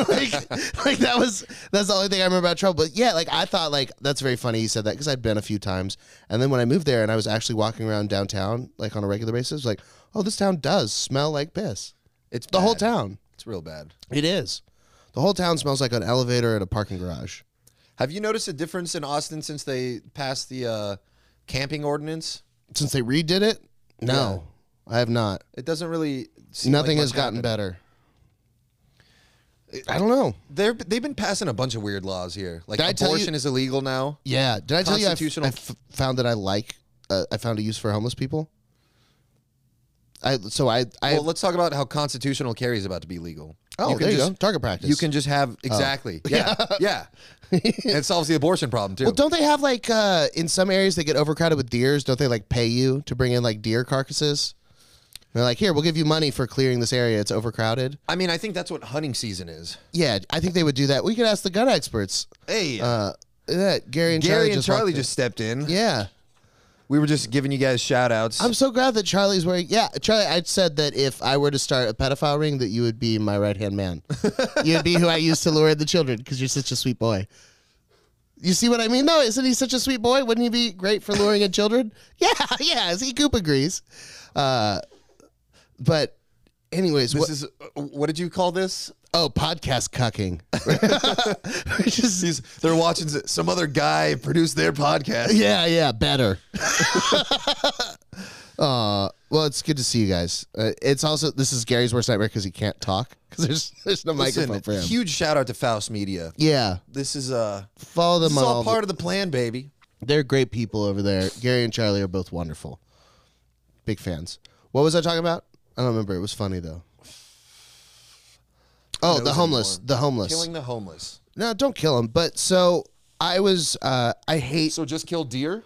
Speaker 2: like that was that's the only thing I remember about trouble. But yeah, like I thought like that's very funny. He said that because I'd been a few times, and then when I moved there and I was actually walking around downtown like on a regular basis, like oh this town does smell like piss.
Speaker 1: It's
Speaker 2: The whole
Speaker 1: bad.
Speaker 2: town.
Speaker 1: It's real bad.
Speaker 2: It is. The whole town smells like an elevator at a parking garage.
Speaker 1: Have you noticed a difference in Austin since they passed the uh, camping ordinance?
Speaker 2: Since they redid it, no, I have not.
Speaker 1: It doesn't really. Seem like
Speaker 2: Nothing
Speaker 1: much
Speaker 2: has gotten
Speaker 1: happened.
Speaker 2: better. I don't know.
Speaker 1: They're, they've been passing a bunch of weird laws here. Like
Speaker 2: Did I tell you-
Speaker 1: abortion is illegal now.
Speaker 2: Yeah. Did I tell you I f-
Speaker 1: Constitutional-
Speaker 2: I f- found that I like, uh, I found a use for homeless people? I So I, I
Speaker 1: Well, let's talk about how constitutional carry is about to be legal.
Speaker 2: oh,
Speaker 1: can
Speaker 2: there you
Speaker 1: just-
Speaker 2: go. Target practice.
Speaker 1: You can just have exactly. Yeah. Oh. Yeah. and it solves the abortion problem too.
Speaker 2: Well, don't they have like, uh, in some areas they get overcrowded with deers. Don't they like pay you to bring in like deer carcasses? They're like, here, we'll give you money for clearing this area. It's overcrowded.
Speaker 1: I mean, I think that's what hunting season is.
Speaker 2: Yeah. I think they would do that. We could ask the gun experts.
Speaker 1: Hey.
Speaker 2: Uh, yeah, Gary and
Speaker 1: Gary
Speaker 2: Charlie
Speaker 1: and
Speaker 2: just
Speaker 1: Charlie
Speaker 2: walked in.
Speaker 1: just stepped in.
Speaker 2: Yeah.
Speaker 1: We were just giving you guys shout outs.
Speaker 2: I'm so glad that Charlie's wearing. Yeah, Charlie, I said that if I were to start a pedophile ring, that you would be my right hand man. You'd be who I used to lure the children because you're such a sweet boy. You see what I mean? No, isn't he such a sweet boy? Wouldn't he be great for luring in children? Yeah, yeah. Z Coop agrees. Uh, but, anyways,
Speaker 1: this
Speaker 2: what,
Speaker 1: is uh, what did you call this?
Speaker 2: oh, podcast cucking. Which is
Speaker 1: These they're watching some other guy produce their podcast.
Speaker 2: Yeah, yeah, better. uh, well, it's good to see you guys. Uh, it's also this is Gary's worst nightmare because he can't talk because there's there's no microphone
Speaker 1: Listen,
Speaker 2: for him.
Speaker 1: huge shout out to Faust Media.
Speaker 2: yeah,
Speaker 1: This is uh
Speaker 2: follow
Speaker 1: this
Speaker 2: them
Speaker 1: is all
Speaker 2: all.
Speaker 1: part of the plan, baby.
Speaker 2: They're great people over there. Gary and Charlie are both wonderful. Big fans. What was I talking about? I don't remember. It was funny though. Oh, the
Speaker 1: Knows
Speaker 2: homeless.
Speaker 1: anymore.
Speaker 2: The homeless.
Speaker 1: Killing the homeless.
Speaker 2: no, don't kill him. But so I was. Uh, I hate.
Speaker 1: So just kill deer?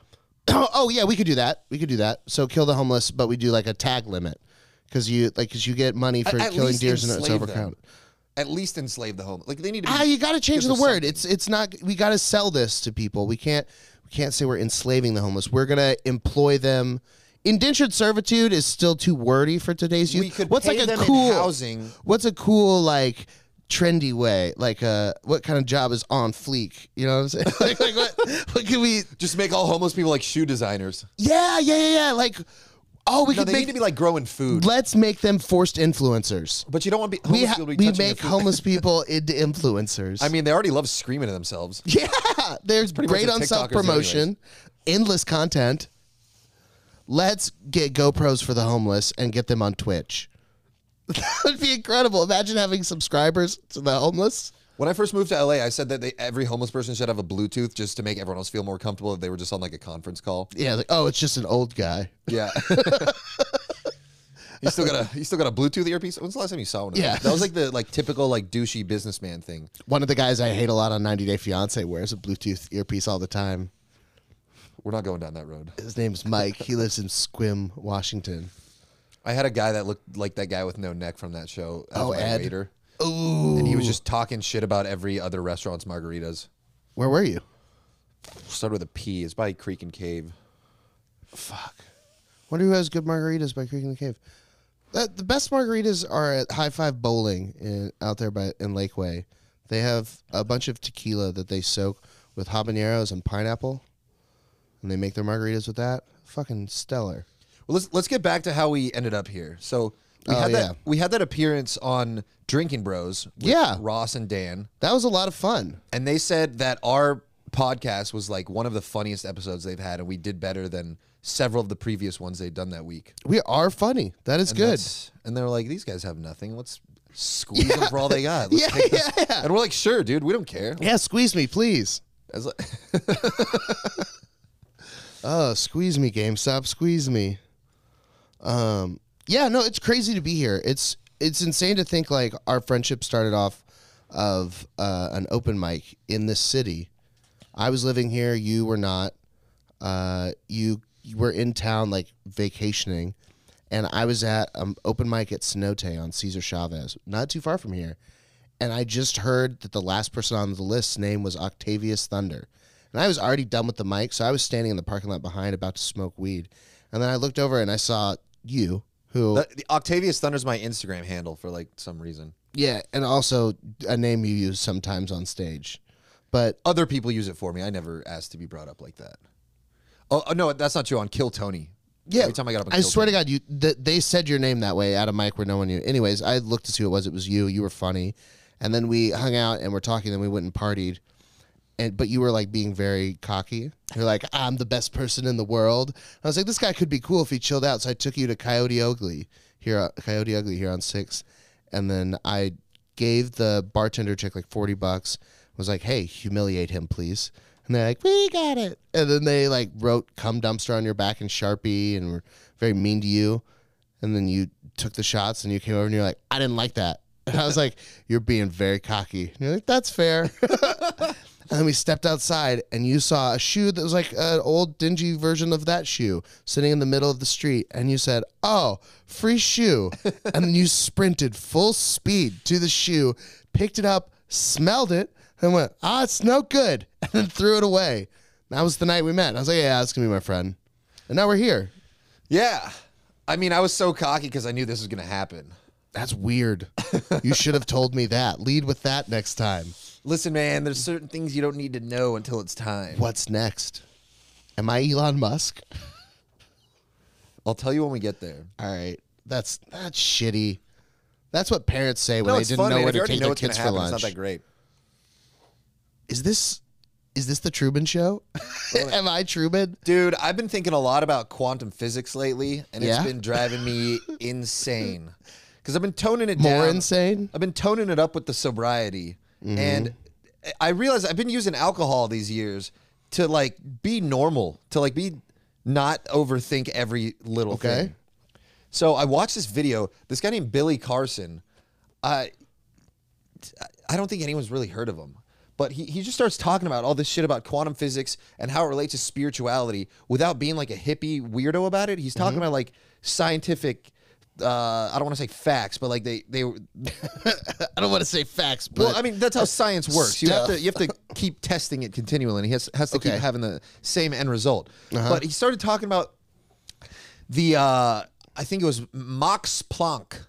Speaker 2: oh, oh, yeah, we could do that. We could do that. So kill the homeless, but we do like a tag limit because you like because you get money for
Speaker 1: At- at
Speaker 2: killing
Speaker 1: least
Speaker 2: deers and it's
Speaker 1: enslave them.
Speaker 2: overcrowded.
Speaker 1: at least enslave the homeless. Like they need to. Be,
Speaker 2: Ah, you got to change
Speaker 1: Give
Speaker 2: the
Speaker 1: them
Speaker 2: word. It's it's not. We got to sell this to people. We can't we can't say we're enslaving the homeless. We're gonna employ them. Indentured servitude is still too wordy for today's youth.
Speaker 1: we could
Speaker 2: what's
Speaker 1: pay
Speaker 2: like a
Speaker 1: them in
Speaker 2: cool
Speaker 1: housing.
Speaker 2: What's a cool like trendy way? Like uh, what kind of job is on fleek? You know what I'm saying? like, like what what can we?
Speaker 1: Just make all homeless people like shoe designers.
Speaker 2: Yeah, yeah, yeah, yeah. Like oh, we
Speaker 1: No,
Speaker 2: could
Speaker 1: they
Speaker 2: make.
Speaker 1: need to be like growing food.
Speaker 2: let's make them forced influencers.
Speaker 1: But you don't want to be homeless
Speaker 2: We ha-
Speaker 1: people to be
Speaker 2: we
Speaker 1: touching your
Speaker 2: make
Speaker 1: food.
Speaker 2: homeless people into influencers.
Speaker 1: I mean, they already love screaming at themselves.
Speaker 2: Yeah, there's
Speaker 1: much
Speaker 2: great
Speaker 1: what
Speaker 2: on
Speaker 1: TikTokers
Speaker 2: self promotion, endless content. Let's get GoPros for the homeless and get them on Twitch. That would be incredible. Imagine having subscribers to the homeless.
Speaker 1: When I first moved to LA, I said that they, every homeless person should have a Bluetooth just to make everyone else feel more comfortable if they were just on like a conference call.
Speaker 2: Yeah, like oh, it's just an old guy.
Speaker 1: Yeah. you still got a you still got a Bluetooth earpiece. When's the last time you saw one? Of
Speaker 2: Yeah.
Speaker 1: those? that was like the like typical like douchey businessman thing.
Speaker 2: One of the guys I hate a lot on 90 Day Fiance wears a Bluetooth earpiece all the time.
Speaker 1: We're not going down that road.
Speaker 2: His name's Mike. he lives in Squim, Washington.
Speaker 1: I had a guy that looked like that guy with no neck from that show. as
Speaker 2: Oh,
Speaker 1: my
Speaker 2: Ed.
Speaker 1: Waiter,
Speaker 2: Ooh,
Speaker 1: and he was just talking shit about every other restaurant's margaritas.
Speaker 2: where were you?
Speaker 1: Started with a P. It's by Creek and Cave.
Speaker 2: Fuck. Wonder who has good margaritas by Creek in the Cave. That, the best margaritas are at High Five Bowling in, out there by in Lakeway. They have a bunch of tequila that they soak with habaneros and pineapple, and they make their margaritas with that. Fucking stellar.
Speaker 1: Well, let's let's get back to how we ended up here. So we
Speaker 2: Oh,
Speaker 1: had that
Speaker 2: yeah.
Speaker 1: we had that appearance on Drinking Bros. With
Speaker 2: Yeah.
Speaker 1: Ross and Dan,
Speaker 2: That was a lot of fun.
Speaker 1: and they said that our podcast was like one of the funniest episodes they've had, and we did better than several of the previous ones they'd done that week.
Speaker 2: We are funny. That is
Speaker 1: And
Speaker 2: good.
Speaker 1: that's- And they're like, these guys have nothing. Let's squeeze them for all they got. Let's
Speaker 2: Yeah,
Speaker 1: take this."
Speaker 2: yeah, yeah.
Speaker 1: And we're like, sure, dude, we don't care.
Speaker 2: Yeah, squeeze me, please.
Speaker 1: As li-
Speaker 2: Oh, squeeze me, GameStop, squeeze me. Um, yeah, no, it's crazy to be here. It's it's insane to think like our friendship started off of uh, an open mic in this city. I was living here, you were not. Uh, you you were in town like vacationing, and I was at um open mic at Cenote on Cesar Chavez, not too far from here. And I just heard that the last person on the list's name was Octavius Thunder. And I was already done with the mic, so I was standing in the parking lot behind about to smoke weed. And then I looked over and I saw you, who
Speaker 1: That- the Octavius Thunder's my Instagram handle for like some reason.
Speaker 2: yeah, and also a name you use sometimes on stage. But
Speaker 1: Other people use it for me. I never asked to be brought up like that. Oh, oh, no, that's not true. On Kill Tony.
Speaker 2: Yeah,
Speaker 1: Every time I got up, on
Speaker 2: I
Speaker 1: Kill
Speaker 2: swear
Speaker 1: Tony.
Speaker 2: to God, you th- they said your name that way out of mic where no one knew. Anyways, I looked to see who it was. It was you. You were funny, and then we hung out and we're talking. Then we went and partied, and but you were like being very cocky. You're like, I'm the best person in the world. I was like, this guy could be cool if he chilled out. So I took you to Coyote Ugly here, uh, Coyote Ugly here on Six, and then I gave the bartender chick like forty bucks. Was like, hey, humiliate him, please. And they're like, we got it. And then they like wrote "cum dumpster" on your back in Sharpie and were very mean to you. And then you took the shots and you came over and you're like, I didn't like that. And I was like, you're being very cocky. And you're like, that's fair. And then we stepped outside and you saw a shoe that was like an old dingy version of that shoe sitting in the middle of the street. And you said, Oh, free shoe. and then you sprinted full speed to the shoe, picked it up, smelled it, and went, Ah, it's no good. And then threw it away. And that was the night we met. And I was like, Yeah, that's going to be my friend. And now we're here.
Speaker 1: Yeah. I mean, I was so cocky because I knew this was going to happen.
Speaker 2: That's weird. you should have told me that. Lead with that next time.
Speaker 1: Listen, man, there's certain things you don't need to know until it's time.
Speaker 2: What's next? Am I Elon Musk?
Speaker 1: I'll tell you when we get there.
Speaker 2: All right, that's that's shitty. That's what parents say when
Speaker 1: no,
Speaker 2: they
Speaker 1: it's
Speaker 2: didn't
Speaker 1: fun,
Speaker 2: know
Speaker 1: man.
Speaker 2: where
Speaker 1: If you
Speaker 2: to
Speaker 1: already
Speaker 2: take
Speaker 1: know
Speaker 2: their
Speaker 1: it's going
Speaker 2: kids
Speaker 1: to
Speaker 2: for
Speaker 1: happen, it's
Speaker 2: lunch.
Speaker 1: not that great.
Speaker 2: Is this is this the Truman Show? Am I Truman?
Speaker 1: Dude, I've been thinking a lot about quantum physics lately, and
Speaker 2: Yeah?
Speaker 1: it's been driving me insane. Because I've been toning it
Speaker 2: More
Speaker 1: down.
Speaker 2: insane?
Speaker 1: I've been toning it up with the sobriety, and I realize I've been using alcohol these years to like be normal, to like be not overthink every little
Speaker 2: Okay.
Speaker 1: thing. So I watched this video. This guy named Billy Carson. I I don't think anyone's really heard of him. But he, he just starts talking about all this shit about quantum physics and how it relates to spirituality without being like a hippie weirdo about it. He's talking about like scientific uh, I don't want to say facts, but like they they.
Speaker 2: I don't want to say facts, but
Speaker 1: Well, I mean that's how science works. You have to
Speaker 2: stuff.
Speaker 1: you have to keep testing it continually, and he has has to
Speaker 2: Okay. Uh-huh.
Speaker 1: keep having the same end result. But he started talking about the uh, I think it was Max Planck,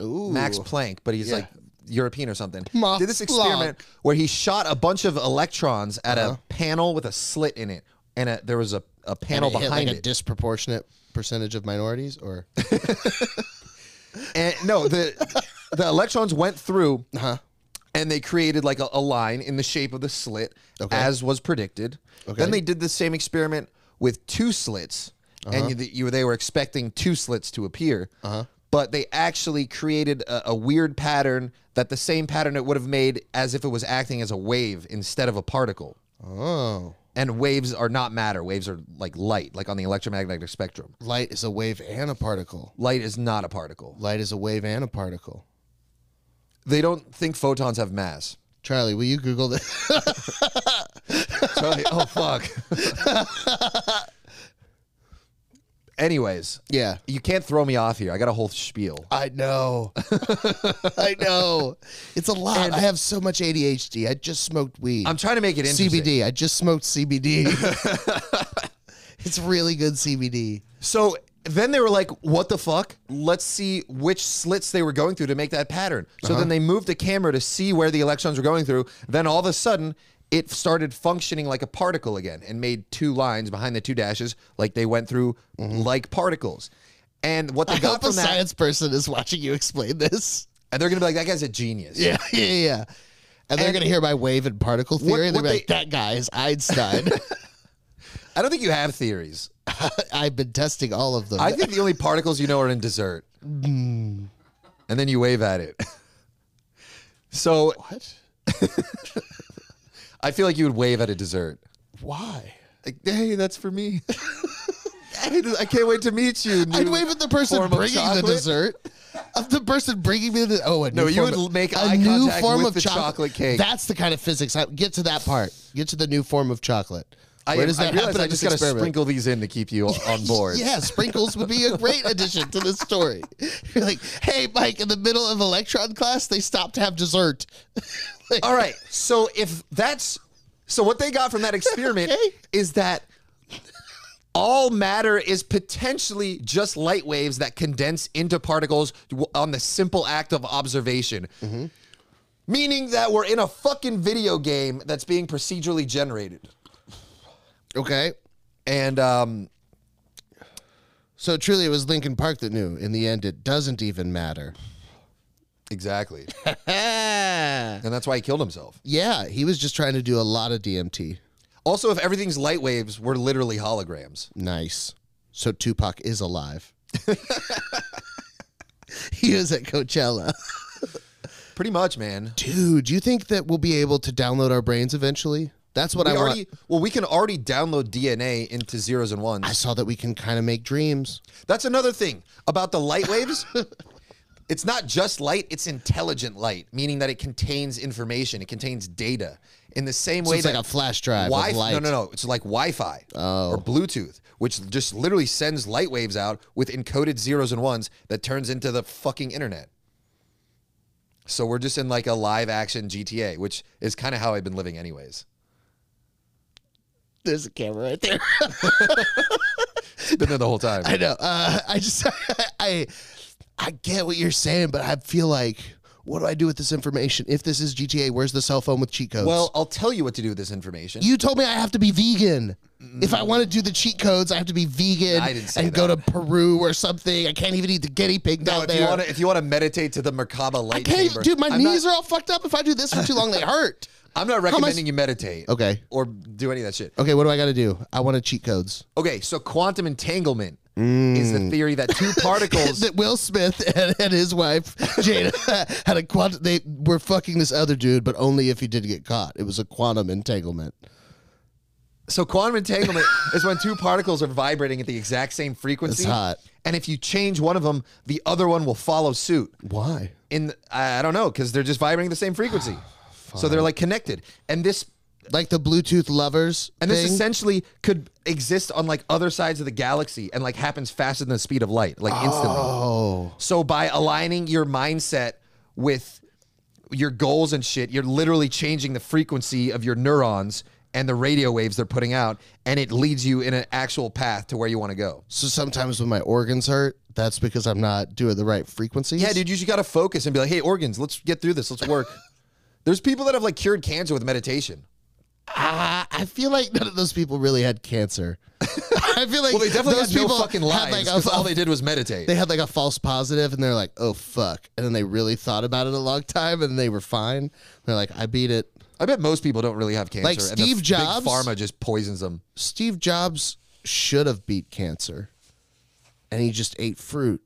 Speaker 2: Ooh.
Speaker 1: Max Planck, but he's
Speaker 2: Yeah.
Speaker 1: like European or something.
Speaker 2: Max
Speaker 1: Did this experiment where he shot a bunch of electrons at
Speaker 2: Uh-huh.
Speaker 1: a panel with a slit in it, and a, there was a, a
Speaker 2: And
Speaker 1: panel
Speaker 2: it hit,
Speaker 1: behind
Speaker 2: like
Speaker 1: it.
Speaker 2: a disproportionate percentage of minorities, or
Speaker 1: and no, the the electrons went through, and they created like a, a line in the shape of the slit, as was predicted. Then they did the same experiment with two slits, and you, you they were expecting two slits to appear, but they actually created a, a weird pattern that the same pattern it would have made as if it was acting as a wave instead of a particle.
Speaker 2: oh,
Speaker 1: And waves are not matter. Waves are like light, like on the electromagnetic spectrum.
Speaker 2: light is a wave and a particle.
Speaker 1: Light is not a particle.
Speaker 2: Light is a wave and a particle.
Speaker 1: They don't think photons have mass.
Speaker 2: Charlie, will you Google this?
Speaker 1: Charlie, oh fuck. Anyways,
Speaker 2: yeah,
Speaker 1: you can't throw me off here. I got a whole spiel.
Speaker 2: I know. I know. It's a lot. I have so much ADHD. I just smoked weed.
Speaker 1: I'm trying to make it interesting.
Speaker 2: CBD. I just smoked CBD. it's really good CBD.
Speaker 1: So then they were like, "What the fuck? Let's see which slits they were going through to make that pattern."
Speaker 2: Uh-huh.
Speaker 1: So then they moved the camera to see where the electrons were going through. Then all of a sudden, it started functioning like a particle again and made two lines behind the two dashes, like they went through like particles. And what they
Speaker 2: Mm-hmm. I
Speaker 1: got
Speaker 2: hope a
Speaker 1: from that,
Speaker 2: science person is watching you explain this.
Speaker 1: and they're gonna be like, "That guy's a genius."
Speaker 2: Yeah, yeah, yeah. And they're
Speaker 1: And-
Speaker 2: gonna hear my wave and particle theory. and they're
Speaker 1: what
Speaker 2: gonna be like, that guy is Einstein.
Speaker 1: I don't think you have theories.
Speaker 2: I've been testing all of them.
Speaker 1: I think the only particles you know are in dessert. And then you wave at it. So
Speaker 2: what?
Speaker 1: I feel like you would wave at a dessert.
Speaker 2: Why?
Speaker 1: Like, hey, that's for me. Hey, I can't wait to meet you.
Speaker 2: I'd
Speaker 1: new-
Speaker 2: wave at the person
Speaker 1: form of
Speaker 2: bringing the
Speaker 1: chocolate?
Speaker 2: dessert. Of the person bringing me the oh, a
Speaker 1: No,
Speaker 2: new
Speaker 1: you
Speaker 2: form
Speaker 1: would
Speaker 2: of-
Speaker 1: l- make
Speaker 2: a
Speaker 1: eye
Speaker 2: new
Speaker 1: contact
Speaker 2: form
Speaker 1: with
Speaker 2: of
Speaker 1: the chocolate cake.
Speaker 2: That's the kind of physics. I, get to that part. Get to the new form of chocolate.
Speaker 1: I,
Speaker 2: Where does that
Speaker 1: I realize
Speaker 2: happen?
Speaker 1: I
Speaker 2: in
Speaker 1: just
Speaker 2: this
Speaker 1: got to
Speaker 2: experiment?
Speaker 1: sprinkle these in to keep you on board.
Speaker 2: Yeah, sprinkles would be a great addition to this story. You're like, hey, Mike, in the middle of electron class, they stopped to have dessert. Like,
Speaker 1: All right. So if that's so, what they got from that experiment
Speaker 2: Okay.
Speaker 1: is that all matter is potentially just light waves that condense into particles w- on the simple act of observation. Meaning that we're in a fucking video game that's being procedurally generated.
Speaker 2: Okay.
Speaker 1: And um,
Speaker 2: So truly, it was Lincoln Park that knew. In the end, it doesn't even matter.
Speaker 1: exactly.
Speaker 2: yeah,
Speaker 1: And that's why he killed himself.
Speaker 2: he was just trying to do a lot of DMT.
Speaker 1: Also, if everything's light waves, we're literally holograms.
Speaker 2: Nice. So Tupac is alive. he was at Coachella.
Speaker 1: Pretty much, man.
Speaker 2: Dude, do you think that we'll be able to download our brains eventually? That's what
Speaker 1: We
Speaker 2: I want.
Speaker 1: already, well, we can already download DNA into zeros and ones.
Speaker 2: I saw that we can kind of make dreams.
Speaker 1: That's another thing about the light waves. it's not just light, it's intelligent light, meaning that it contains information, it contains data. In the same
Speaker 2: So
Speaker 1: way
Speaker 2: it's
Speaker 1: that
Speaker 2: like a flash drive
Speaker 1: Wi-
Speaker 2: of light. Oh.
Speaker 1: No, no, no. It's like Wi-Fi or Bluetooth, which just literally sends light waves out with encoded zeros and ones that turns into the fucking internet. So we're just in like a live action GTA, which is kind of how I've been living anyways.
Speaker 2: There's a camera right there.
Speaker 1: It's been there the whole time.
Speaker 2: I know. Uh, I just I I get what you're saying, but I feel like what do I do with this information? If this is GTA, where's the cell phone with cheat codes?
Speaker 1: well, I'll tell you what to do with this information.
Speaker 2: you told me I have to be vegan. If I want to do the cheat codes, I have to be
Speaker 1: Mm.
Speaker 2: vegan
Speaker 1: I didn't say
Speaker 2: and go to Peru or something. I can't even eat the guinea pig
Speaker 1: No,
Speaker 2: down
Speaker 1: if
Speaker 2: there.
Speaker 1: you want to, if you want to meditate to the Merkaba light
Speaker 2: Can't even-
Speaker 1: chamber,
Speaker 2: dude, my
Speaker 1: I'm
Speaker 2: knees
Speaker 1: not,
Speaker 2: are all fucked up. If I do this for too long, they hurt.
Speaker 1: I'm not
Speaker 2: am I
Speaker 1: recommending you meditate.
Speaker 2: Okay.
Speaker 1: Or do any of that shit.
Speaker 2: Okay, what do I got to do? I want to cheat codes.
Speaker 1: Okay, so quantum entanglement is the
Speaker 2: Mm.
Speaker 1: theory that two particles.
Speaker 2: that Will Smith and, and his wife Jada had a quantum. They were fucking this other dude, but only if he did get caught. It was a quantum entanglement.
Speaker 1: so quantum entanglement is when two particles are vibrating at the exact same frequency.
Speaker 2: That's hot.
Speaker 1: And if you change one of them, the other one will follow suit.
Speaker 2: Why?
Speaker 1: In I I don't know because they're just vibrating the same frequency, so they're like connected. And this
Speaker 2: like the Bluetooth lovers.
Speaker 1: And this
Speaker 2: thing.
Speaker 1: essentially could exist on like other sides of the galaxy and like happens faster than the speed of light, like instantly.
Speaker 2: oh,
Speaker 1: So by aligning your mindset with your goals and shit, you're literally changing the frequency of your neurons and the radio waves they're putting out, and it leads you in an actual path to where you want to go.
Speaker 2: so sometimes when my organs hurt, that's because I'm not doing the right frequencies.
Speaker 1: Yeah, dude, you just gotta focus and be like, hey, organs, let's get through this. Let's work. There's people that have like cured cancer with meditation.
Speaker 2: Ah, I feel like none of those people really had cancer. I feel like
Speaker 1: Well, they definitely
Speaker 2: those
Speaker 1: had no
Speaker 2: people
Speaker 1: fucking
Speaker 2: had,
Speaker 1: lives
Speaker 2: like, a-
Speaker 1: 'cause all they did was meditate.
Speaker 2: they had like a false positive and they're like, oh fuck. And then they really thought about it a long time and they were fine. They're like, I beat it.
Speaker 1: I bet most people don't really have cancer.
Speaker 2: Like
Speaker 1: and the
Speaker 2: Steve
Speaker 1: f- big
Speaker 2: Jobs?
Speaker 1: pharma just poisons them.
Speaker 2: Steve Jobs should have beat cancer. And he just ate fruit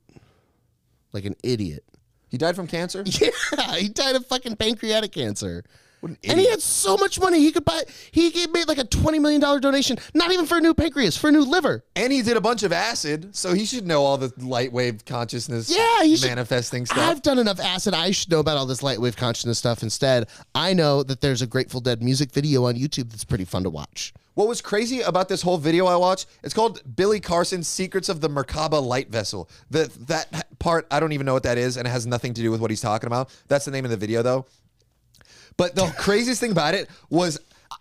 Speaker 2: like an idiot.
Speaker 1: He died from cancer.
Speaker 2: Yeah, he died of fucking pancreatic cancer.
Speaker 1: an
Speaker 2: And he had so much money he could buy. He gave- made like a twenty million dollar donation, not even for a new pancreas, for a new liver.
Speaker 1: And he did a bunch of acid, so he should know all the light wave consciousness.
Speaker 2: Yeah, he should-
Speaker 1: manifesting stuff.
Speaker 2: I've done enough acid. I should know about all this light wave consciousness stuff. Instead, I know that there's a Grateful Dead music video on YouTube that's pretty fun to watch.
Speaker 1: What was crazy about this whole video I watched? It's called Billy Carson's Secrets of the Merkaba Light Vessel. The, that part, I don't even know what that is, and it has nothing to do with what he's talking about. That's the name of the video, though. But the craziest thing about it was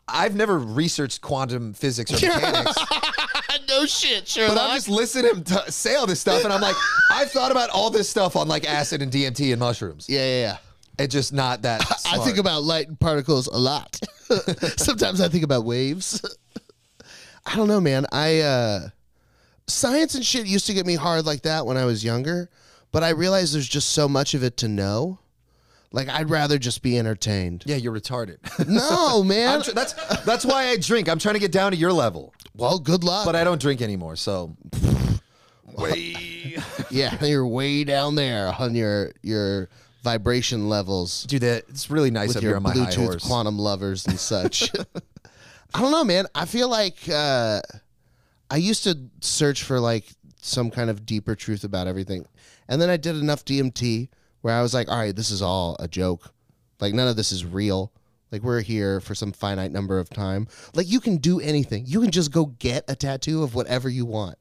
Speaker 1: I've never researched quantum physics or mechanics.
Speaker 2: no shit, Sherlock.
Speaker 1: But I just listen to him t- say all this stuff, and I'm like, I've thought about all this stuff on like acid and DMT and mushrooms.
Speaker 2: yeah, yeah, yeah.
Speaker 1: It's just not that. Smart.
Speaker 2: I think about light and particles a lot. Sometimes I think about waves. I don't know, man. I uh science and shit used to get me hard like that when I was younger, but I realized there's just so much of it to know. Like I'd rather just be entertained.
Speaker 1: yeah, you're retarded.
Speaker 2: No,
Speaker 1: I'm
Speaker 2: man.
Speaker 1: tr- that's that's why I drink. I'm trying to get down to your level,
Speaker 2: well, good luck.
Speaker 1: but I don't drink anymore. So, Way-
Speaker 2: yeah, you're way down there on your your vibration levels.
Speaker 1: dude, that it's really nice up
Speaker 2: your
Speaker 1: here on my high
Speaker 2: Bluetooth
Speaker 1: horse.
Speaker 2: quantum lovers and such. I don't know, man. I feel like uh, I used to search for like some kind of deeper truth about everything, and then I did enough DMT where I was like, all right, this is all a joke. Like none of this is real. Like we're here for some finite number of time. Like you can do anything. You can just go get a tattoo of whatever you want.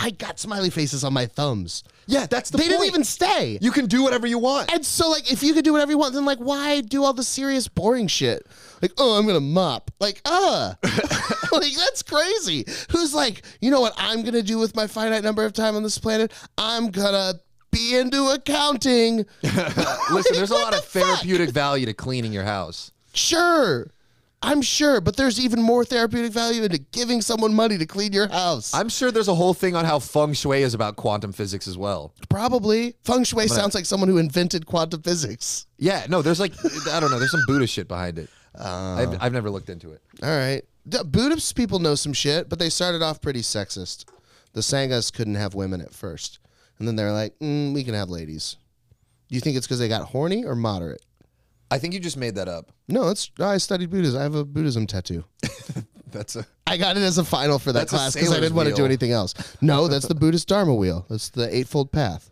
Speaker 2: I got smiley faces on my thumbs.
Speaker 1: yeah, that's the
Speaker 2: They
Speaker 1: point.
Speaker 2: didn't even stay.
Speaker 1: You can do whatever you want.
Speaker 2: And so, like, if you could do whatever you want, then like, why do all the serious, boring shit? Like, oh, I'm gonna mop. Like, uh, like that's crazy. Who's like, you know what I'm gonna do with my finite number of time on this planet? I'm gonna be into accounting.
Speaker 1: Listen, there's a
Speaker 2: What
Speaker 1: lot
Speaker 2: the
Speaker 1: of therapeutic value to cleaning your house.
Speaker 2: Sure, I'm sure, but there's even more therapeutic value into giving someone money to clean your house.
Speaker 1: I'm sure there's a whole thing on how feng shui is about quantum physics as well.
Speaker 2: Probably feng shui sounds like someone who invented quantum physics.
Speaker 1: Yeah, no, there's like I don't know, there's some Buddha shit behind it.
Speaker 2: Uh.
Speaker 1: I've, I've never looked into it.
Speaker 2: All right. The Buddhist people know some shit, but they started off pretty sexist. The Sanghas couldn't have women at first. And then they're like, mm, we can have ladies. Do you think it's because they got horny or moderate?
Speaker 1: I think you just made that up.
Speaker 2: No, it's I studied Buddhism. I have a Buddhism tattoo.
Speaker 1: That's a
Speaker 2: I got it as a final for that
Speaker 1: a
Speaker 2: class because I
Speaker 1: sailor's
Speaker 2: didn't want to do
Speaker 1: wheel.
Speaker 2: anything else. No, that's the Buddhist Dharma wheel. That's the eightfold path.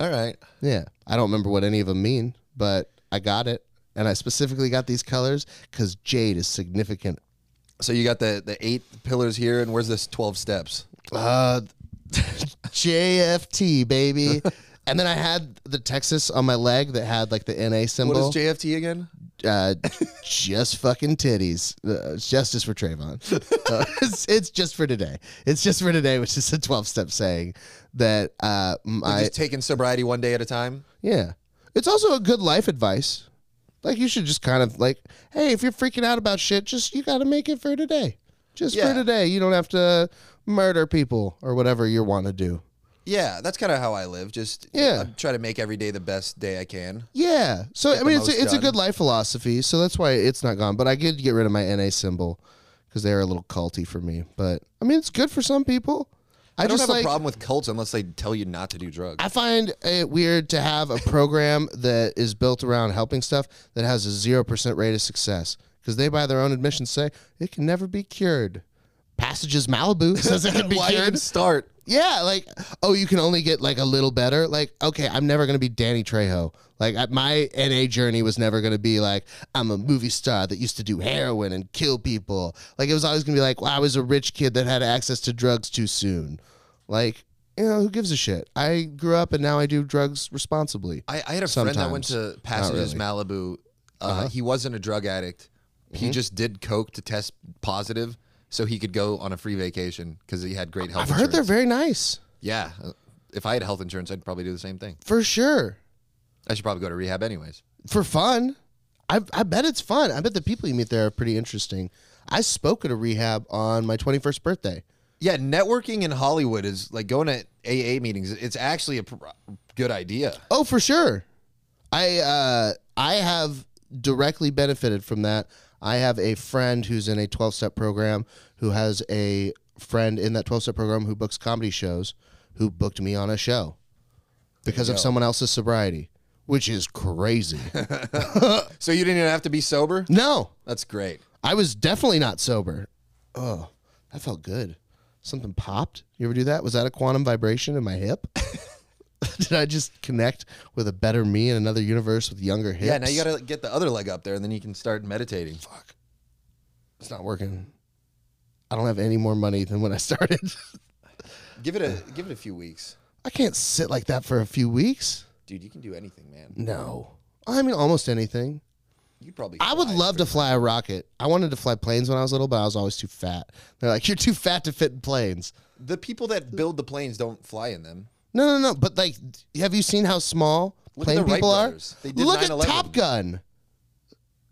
Speaker 1: all right.
Speaker 2: Yeah. I don't remember what any of them mean, but I got it. And I specifically got these colors because jade is significant.
Speaker 1: So you got the the eight pillars here, and where's this twelve steps?
Speaker 2: Uh, JFT, baby. and then I had the Texas on my leg that had like the NA
Speaker 1: What is
Speaker 2: symbol.
Speaker 1: JFT again?
Speaker 2: uh, just fucking titties. Uh, it's justice for Trayvon. Uh, it's, it's just for today. It's just for today, which is a 12 step saying that
Speaker 1: I,
Speaker 2: uh, my.
Speaker 1: just taking sobriety one day at a time.
Speaker 2: yeah. It's also a good life advice. Like, you should just kind of like, hey, if you're freaking out about shit, just you got to make it for today. Just
Speaker 1: Yeah.
Speaker 2: for today. You don't have to murder people or whatever you want to do.
Speaker 1: Yeah, that's kind of how I live. Just
Speaker 2: Yeah.
Speaker 1: I try to make every day the best day I can.
Speaker 2: Yeah. So I
Speaker 1: the
Speaker 2: mean, it's
Speaker 1: most
Speaker 2: a, it's a
Speaker 1: done.
Speaker 2: good life philosophy. So that's why it's not gone. But I did get rid of my NA symbol because they're a little culty for me. But I mean, it's good for some people. I,
Speaker 1: I, don't
Speaker 2: just
Speaker 1: have
Speaker 2: like
Speaker 1: a problem with cults unless they tell you not to do drugs.
Speaker 2: I find it weird to have a program that is built around helping stuff that has a zero percent rate of success because they, by their own admission, say it can never be cured. Passages Malibu says it can be
Speaker 1: Why even
Speaker 2: cured.
Speaker 1: start?
Speaker 2: Yeah, like oh, you can only get like a little better. Like okay, I'm never gonna be Danny Trejo. Like I, my NA journey was never gonna be like I'm a movie star that used to do heroin and kill people. Like it was always gonna be like well, I was a rich kid that had access to drugs too soon. Like you know who gives a shit? I grew up and now I do drugs responsibly.
Speaker 1: I, I had a friend that went to Passages Malibu. Uh, He wasn't a drug addict. He just did coke to test positive, so he could go on a free vacation because he had great health.
Speaker 2: I've heard they're
Speaker 1: insurance.
Speaker 2: very nice
Speaker 1: yeah. uh, If I had health insurance, I'd probably do the same thing.
Speaker 2: for sure.
Speaker 1: I should probably go to rehab anyways.
Speaker 2: for fun. I, I bet it's fun. I bet the people you meet there are pretty interesting. I spoke at a rehab on my 21st birthday.
Speaker 1: Yeah, networking in Hollywood is like going to AA meetings. It's actually a pr- good idea.
Speaker 2: Oh, for sure. I uh, I have directly benefited from that. I have a friend who's in a 12 step program who has a friend in that 12 step program who books comedy shows who booked me on a show because of someone else's sobriety, which is crazy.
Speaker 1: So you didn't even have to be sober.
Speaker 2: no,
Speaker 1: That's great.
Speaker 2: I was definitely not sober. Oh, that felt good. Something popped. You ever do that? Was that a quantum vibration in my hip? Did I just connect with a better me in another universe with younger hips?
Speaker 1: Yeah, now you got to get the other leg up there, and then you can start meditating.
Speaker 2: Fuck. It's not working. I don't have any more money than when I started.
Speaker 1: Give it a give it a few weeks,
Speaker 2: I can't sit like that for a few weeks.
Speaker 1: dude. You can do anything, man.
Speaker 2: No. I mean, almost anything.
Speaker 1: You'd probably.
Speaker 2: I would
Speaker 1: fly.
Speaker 2: love to fly a rocket. I wanted to fly planes when I was little, but I was always too fat. They're like, you're too fat to fit in planes.
Speaker 1: The people that build the planes don't fly in them.
Speaker 2: No, no, no. But like, have you seen how small
Speaker 1: Look at
Speaker 2: plane
Speaker 1: the Wright
Speaker 2: people are?
Speaker 1: brothers. They did
Speaker 2: Look at
Speaker 1: 9/11.
Speaker 2: Top Gun.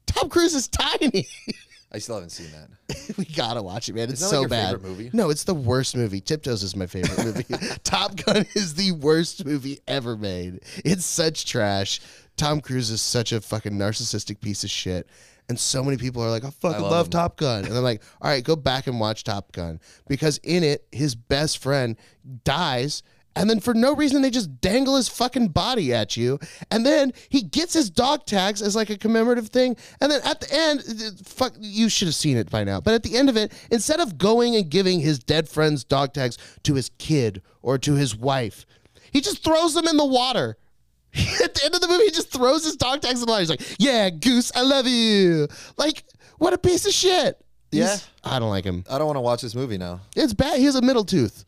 Speaker 2: Tom Cruise is tiny.
Speaker 1: I still haven't seen that.
Speaker 2: we gotta watch it, man. It's
Speaker 1: that, like,
Speaker 2: so
Speaker 1: your
Speaker 2: bad.
Speaker 1: favorite movie?
Speaker 2: No, it's the worst movie. Tiptoes is my favorite movie. Top Gun is the worst movie ever made. It's such trash. Tom Cruise is such a fucking narcissistic piece of shit. And so many people are like, I fucking
Speaker 1: love
Speaker 2: love,
Speaker 1: him.
Speaker 2: Top Gun. And I'm like, all right, go back and watch Top Gun. Because in it, his best friend dies. And then for no reason, they just dangle his fucking body at you. And then he gets his dog tags as like a commemorative thing. And then at the end, th- fuck, you should have seen it by now. But at the end of it, instead of going and giving his dead friend's dog tags to his kid or to his wife, he just throws them in the water. At the end of the movie, he just throws his dog tags in the water. He's like, "Yeah, goose, I love you." Like, what a piece of shit. He's- I don't like him.
Speaker 1: I don't want to watch this movie now.
Speaker 2: It's bad. He has a middle tooth.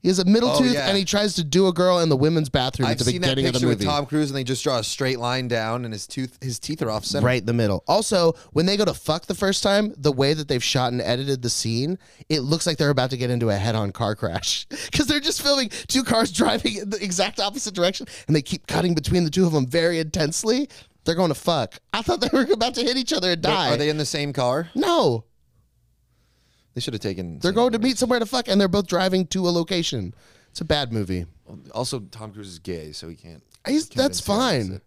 Speaker 2: He has a middle
Speaker 1: Oh,
Speaker 2: tooth,
Speaker 1: yeah.
Speaker 2: and he tries to do a girl in the women's bathroom
Speaker 1: I've
Speaker 2: at the
Speaker 1: seen that
Speaker 2: beginning of the
Speaker 1: picture with
Speaker 2: movie.
Speaker 1: Tom Cruise, and they just draw a straight line down, and his tooth his teeth are off center.
Speaker 2: Right in the middle. Also, when they go to fuck the first time, the way that they've shot and edited the scene, it looks like they're about to get into a head-on car crash because they're just filming two cars driving in the exact opposite direction, and they keep cutting between the two of them very intensely. They're going to fuck. I thought they were about to hit each other and die.
Speaker 1: Are they in the same car?
Speaker 2: no,
Speaker 1: They should have taken.
Speaker 2: they're going to meet somewhere to fuck, and they're both driving to a location. It's a bad movie.
Speaker 1: Also, Tom Cruise is gay, so he can't.
Speaker 2: He's,
Speaker 1: convince
Speaker 2: that's
Speaker 1: the audience
Speaker 2: fine.
Speaker 1: that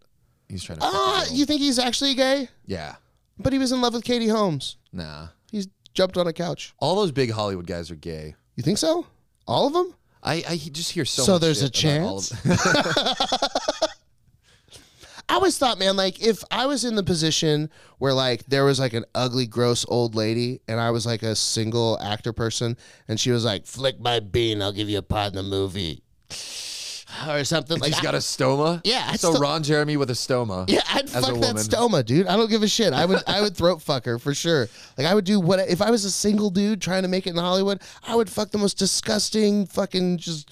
Speaker 1: He's trying to. fuck
Speaker 2: Ah,
Speaker 1: the girl.
Speaker 2: you think he's actually gay?
Speaker 1: yeah.
Speaker 2: But he was in love with Katie Holmes.
Speaker 1: Nah.
Speaker 2: He's jumped on a couch.
Speaker 1: All those big Hollywood guys are gay.
Speaker 2: You think so? All of them?
Speaker 1: I, I just hear so.
Speaker 2: So
Speaker 1: much
Speaker 2: there's
Speaker 1: shit
Speaker 2: a
Speaker 1: about all of-
Speaker 2: I always thought, man, like if I was in the position where like there was like an ugly, gross old lady, and I was like a single actor person, and she was like, "Flick my bean, I'll give you a part in the movie," or something like
Speaker 1: He's
Speaker 2: that.
Speaker 1: got a stoma.
Speaker 2: Yeah, I
Speaker 1: So
Speaker 2: still-
Speaker 1: Ron Jeremy with a stoma.
Speaker 2: Yeah, I'd
Speaker 1: a
Speaker 2: fuck that
Speaker 1: woman.
Speaker 2: stoma, dude. I don't give a shit. I would, I would throat fuck her for sure. Like I would do what if I was a single dude trying to make it in Hollywood, I would fuck the most disgusting fucking just,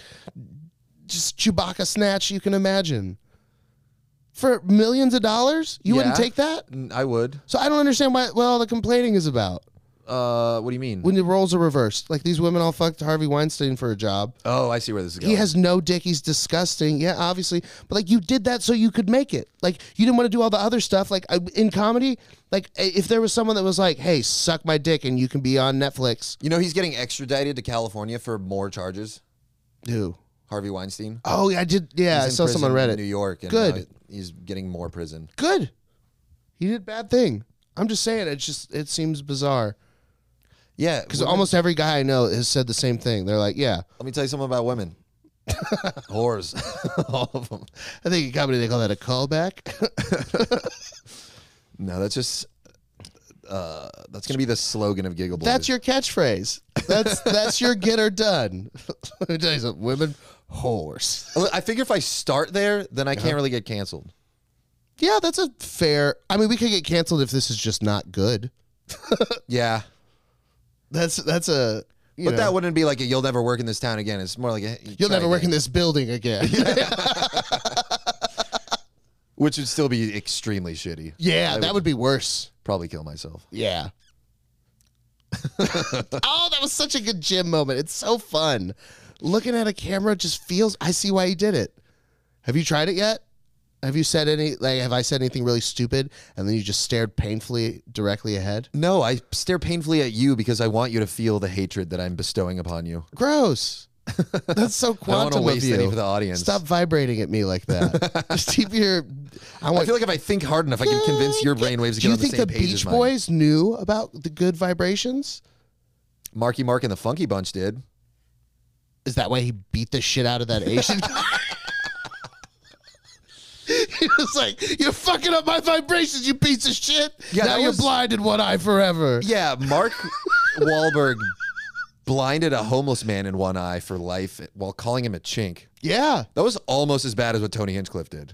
Speaker 2: just Chewbacca snatch you can imagine. For millions of dollars, you wouldn't
Speaker 1: Yeah.
Speaker 2: take that.
Speaker 1: Mm, I would.
Speaker 2: So I don't understand why, what all the complaining is about
Speaker 1: Uh, what do you mean?
Speaker 2: when the roles are reversed. Like these women all fucked Harvey Weinstein for a job.
Speaker 1: Oh, I see where this is going.
Speaker 2: He has no dick. He's disgusting. Yeah, obviously. But like you did that so you could make it. Like you didn't want to do all the other stuff. Like I- in comedy, like i- if there was someone that was like, "Hey, suck my dick and you can be on Netflix."
Speaker 1: you know, he's getting extradited to California for more charges.
Speaker 2: Who?
Speaker 1: Harvey Weinstein.
Speaker 2: Oh, yeah, I did. Yeah,
Speaker 1: He's
Speaker 2: I
Speaker 1: in
Speaker 2: saw
Speaker 1: prison
Speaker 2: someone read
Speaker 1: in New
Speaker 2: it.
Speaker 1: York. And
Speaker 2: Good.
Speaker 1: now He's getting more prison.
Speaker 2: Good. He did a bad thing. I'm just saying. It's just it seems bizarre
Speaker 1: Yeah,
Speaker 2: because
Speaker 1: women-
Speaker 2: almost every guy I know has said the same thing. They're like, "Yeah,
Speaker 1: Let me tell you something about women. Whores, all of them.
Speaker 2: I think in comedy they call that a callback."
Speaker 1: No, that's just uh, that's gonna be the slogan of Giggle Boys.
Speaker 2: That's your catchphrase. That's that's your get her done. Let me tell you something, women horse.
Speaker 1: I figure if I start there, then I
Speaker 2: Uh-huh.
Speaker 1: can't really get canceled.
Speaker 2: Yeah, that's a fair. I mean, we could get canceled if this is just not good.
Speaker 1: Yeah,
Speaker 2: That's that's a. You
Speaker 1: but
Speaker 2: know,
Speaker 1: that wouldn't be like a, you'll never work in this town again. It's more like a,
Speaker 2: you'll never work in this building again.
Speaker 1: which would still be extremely shitty.
Speaker 2: yeah, that would be worse.
Speaker 1: Probably kill myself.
Speaker 2: Yeah. oh, that was such a good gym moment. It's so fun. Looking at a camera just feels. I see why he did it. Have you tried it yet? Have you said any? Like, have I said anything really stupid? And then you just stared painfully directly ahead.
Speaker 1: No, I stare painfully at you because I want you to feel the hatred that I'm bestowing upon you.
Speaker 2: Gross. That's
Speaker 1: I don't
Speaker 2: so
Speaker 1: want to
Speaker 2: quantum of
Speaker 1: waste any
Speaker 2: you.
Speaker 1: for the audience.
Speaker 2: Stop vibrating at me like that. just keep your. I
Speaker 1: I
Speaker 2: want
Speaker 1: feel like if I think hard enough, I can convince your brainwaves to get
Speaker 2: Do you
Speaker 1: on the
Speaker 2: think
Speaker 1: same
Speaker 2: the
Speaker 1: page as
Speaker 2: Beach
Speaker 1: mine.
Speaker 2: Boys knew about the good vibrations?
Speaker 1: Marky Mark and the Funky Bunch did.
Speaker 2: Is that why he beat the shit out of that Asian guy? he was like, You're fucking up my vibrations, you piece of shit.
Speaker 1: Yeah,
Speaker 2: now
Speaker 1: that
Speaker 2: you're
Speaker 1: was-
Speaker 2: blind in one eye forever.
Speaker 1: Yeah, Mark Wahlberg blinded a homeless man in one eye for life while calling him a chink.
Speaker 2: Yeah.
Speaker 1: That was almost as bad as what Tony Hinchcliffe did.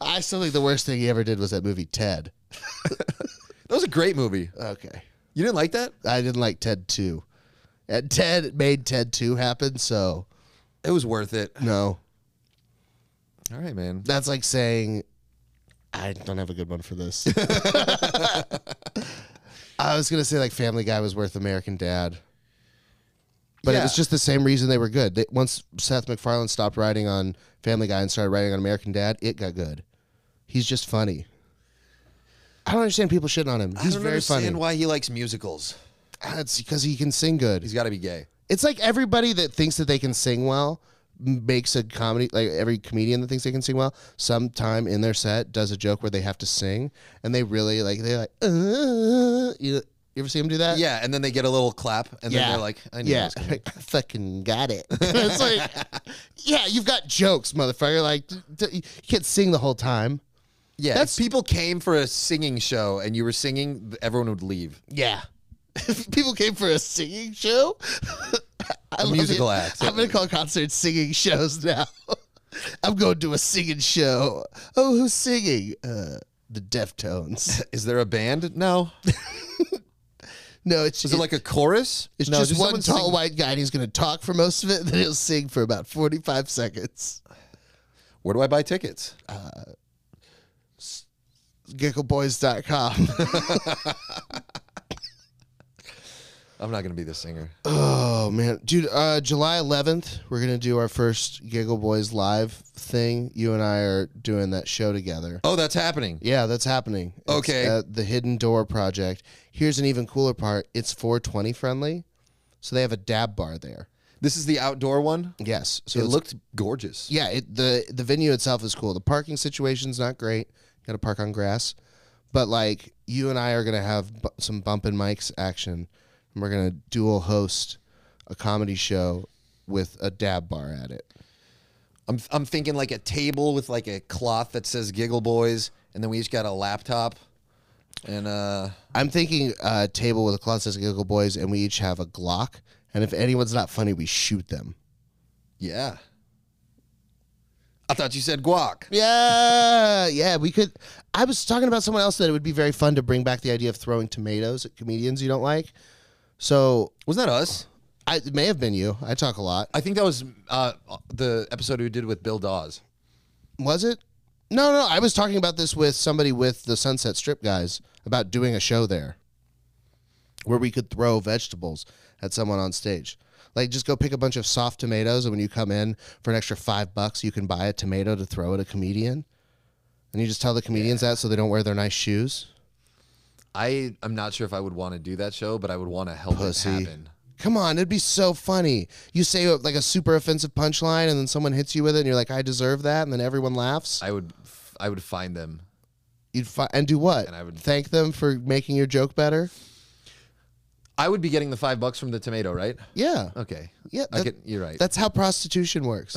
Speaker 2: I still think the worst thing he ever did was that movie Ted.
Speaker 1: That was a great movie.
Speaker 2: Okay.
Speaker 1: You didn't like that?
Speaker 2: I didn't like Ted 2. And Ted made Ted 2 happen, so
Speaker 1: It was worth it.
Speaker 2: no.
Speaker 1: All right, man.
Speaker 2: That's like saying, I don't have a good one for this. I was gonna say like Family Guy was worth American Dad, but it
Speaker 1: Yeah.
Speaker 2: was just the same reason they were good. They, once Seth MacFarlane stopped writing on Family Guy and started writing on American Dad, it got good. He's just funny. I don't understand people shitting on him. He's
Speaker 1: I don't
Speaker 2: very
Speaker 1: understand
Speaker 2: funny.
Speaker 1: why he likes musicals.
Speaker 2: It's because he can sing good.
Speaker 1: He's got to be gay.
Speaker 2: It's like everybody that thinks that they can sing well m- makes a comedy like every comedian that thinks they can sing well sometime in their set does a joke where they have to sing and they really like they're like uh, you, you ever see them do that
Speaker 1: Yeah, and then they get a little clap, and then they're like, "I knew
Speaker 2: yeah
Speaker 1: this was
Speaker 2: I fucking got it it's like yeah you've got jokes motherfucker like d- d- you can't sing the whole time
Speaker 1: Yeah,
Speaker 2: That's-
Speaker 1: if people came for a singing show and you were singing, everyone would leave.
Speaker 2: yeah if people came for a singing show I
Speaker 1: A
Speaker 2: love
Speaker 1: musical act.
Speaker 2: I'm gonna call concerts singing shows now. I'm going to a singing show. Oh, who's singing? Uh, the Deftones.
Speaker 1: Is there a band? No.
Speaker 2: No, it's
Speaker 1: Is it like a chorus?
Speaker 2: it's
Speaker 1: no,
Speaker 2: just, one
Speaker 1: someone
Speaker 2: tall
Speaker 1: sing-
Speaker 2: white guy, and he's gonna talk for most of it, and then he'll sing for about 45 seconds.
Speaker 1: Where do I buy tickets?
Speaker 2: Giggleboys.com.
Speaker 1: I'm not gonna be the singer.
Speaker 2: oh man, dude, uh, July 11th, we're gonna do our first Giggle Boys live thing. You and I are doing that show together.
Speaker 1: Oh, that's happening.
Speaker 2: Yeah, that's happening. It's
Speaker 1: Okay.
Speaker 2: at the Hidden Door Project. Here's an even cooler part. It's 420 friendly, so they have a dab bar there.
Speaker 1: This is the outdoor one.
Speaker 2: Yes. So
Speaker 1: It
Speaker 2: it's-
Speaker 1: looked gorgeous.
Speaker 2: Yeah. It, the the venue itself is cool. The parking situation's not great. Got to park on grass, but like you and I are gonna have bu- some bumpin' mics action, and we're gonna dual host a comedy show with a dab bar at it.
Speaker 1: I'm I'm thinking like a table with like a cloth that says Giggle Boys, and then we each got a laptop, and uh,
Speaker 2: I'm thinking a table with a closet that says Giggle Boys, and we each have a Glock. And if anyone's not funny, we shoot them.
Speaker 1: yeah. I thought you said guac.
Speaker 2: Yeah, yeah, we could. I was talking about someone else that it would be very fun to bring back the idea of throwing tomatoes at comedians you don't like. So
Speaker 1: Wasn't that us?
Speaker 2: I, it may have been you. I talk a lot.
Speaker 1: I think that was uh, the episode we did with Bill Dawes.
Speaker 2: Was it? No, no. I was talking about this with somebody with the Sunset Strip guys about doing a show there, where we could throw vegetables at someone on stage. Like just go pick a bunch of soft tomatoes, and when you come in for an extra five bucks, you can buy a tomato to throw at a comedian. And you just tell the comedians that so they don't wear their nice shoes.
Speaker 1: I am not sure if I would want to do that show, but I would want to help
Speaker 2: Pussy.
Speaker 1: it happen.
Speaker 2: Come on, it'd be so funny. You say uh, like a super offensive punchline, and then someone hits you with it, and you're like, "I deserve that," and then everyone laughs.
Speaker 1: I would, f- I would find them.
Speaker 2: You'd fi- and do what?
Speaker 1: And I would-
Speaker 2: thank them for making your joke better.
Speaker 1: I would be getting the five bucks from the tomato, right?
Speaker 2: Yeah,
Speaker 1: Okay.
Speaker 2: yeah.
Speaker 1: I
Speaker 2: that-
Speaker 1: get, you're right.
Speaker 2: That's how prostitution works.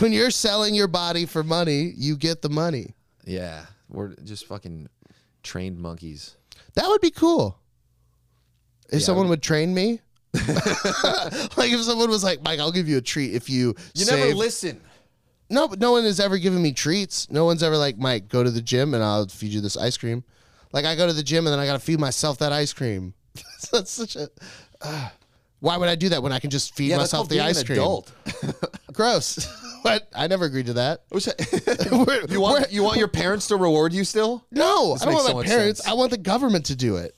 Speaker 2: when you're selling your body for money, you get the money.
Speaker 1: yeah. We're just fucking trained monkeys.
Speaker 2: That would be cool. If
Speaker 1: Yeah, I
Speaker 2: someone would train me. like if someone was like, Mike, I'll give you a treat if you
Speaker 1: You
Speaker 2: save.
Speaker 1: never listen.
Speaker 2: no, but no one has ever given me treats. No one's ever like, Mike, go to the gym and I'll feed you this ice cream. Like I go to the gym and then I gotta feed myself that ice cream. That's such a. ah. why would I do that when I can just feed
Speaker 1: Yeah, that's
Speaker 2: myself
Speaker 1: called
Speaker 2: the
Speaker 1: being
Speaker 2: ice
Speaker 1: an
Speaker 2: cream?
Speaker 1: adult.
Speaker 2: Gross. what? I never agreed to that.
Speaker 1: What's that?
Speaker 2: We're-
Speaker 1: you want you want your parents to reward you still?
Speaker 2: No,
Speaker 1: This
Speaker 2: I don't
Speaker 1: makes
Speaker 2: want
Speaker 1: so
Speaker 2: my
Speaker 1: much
Speaker 2: parents.
Speaker 1: sense.
Speaker 2: I want the government to do it.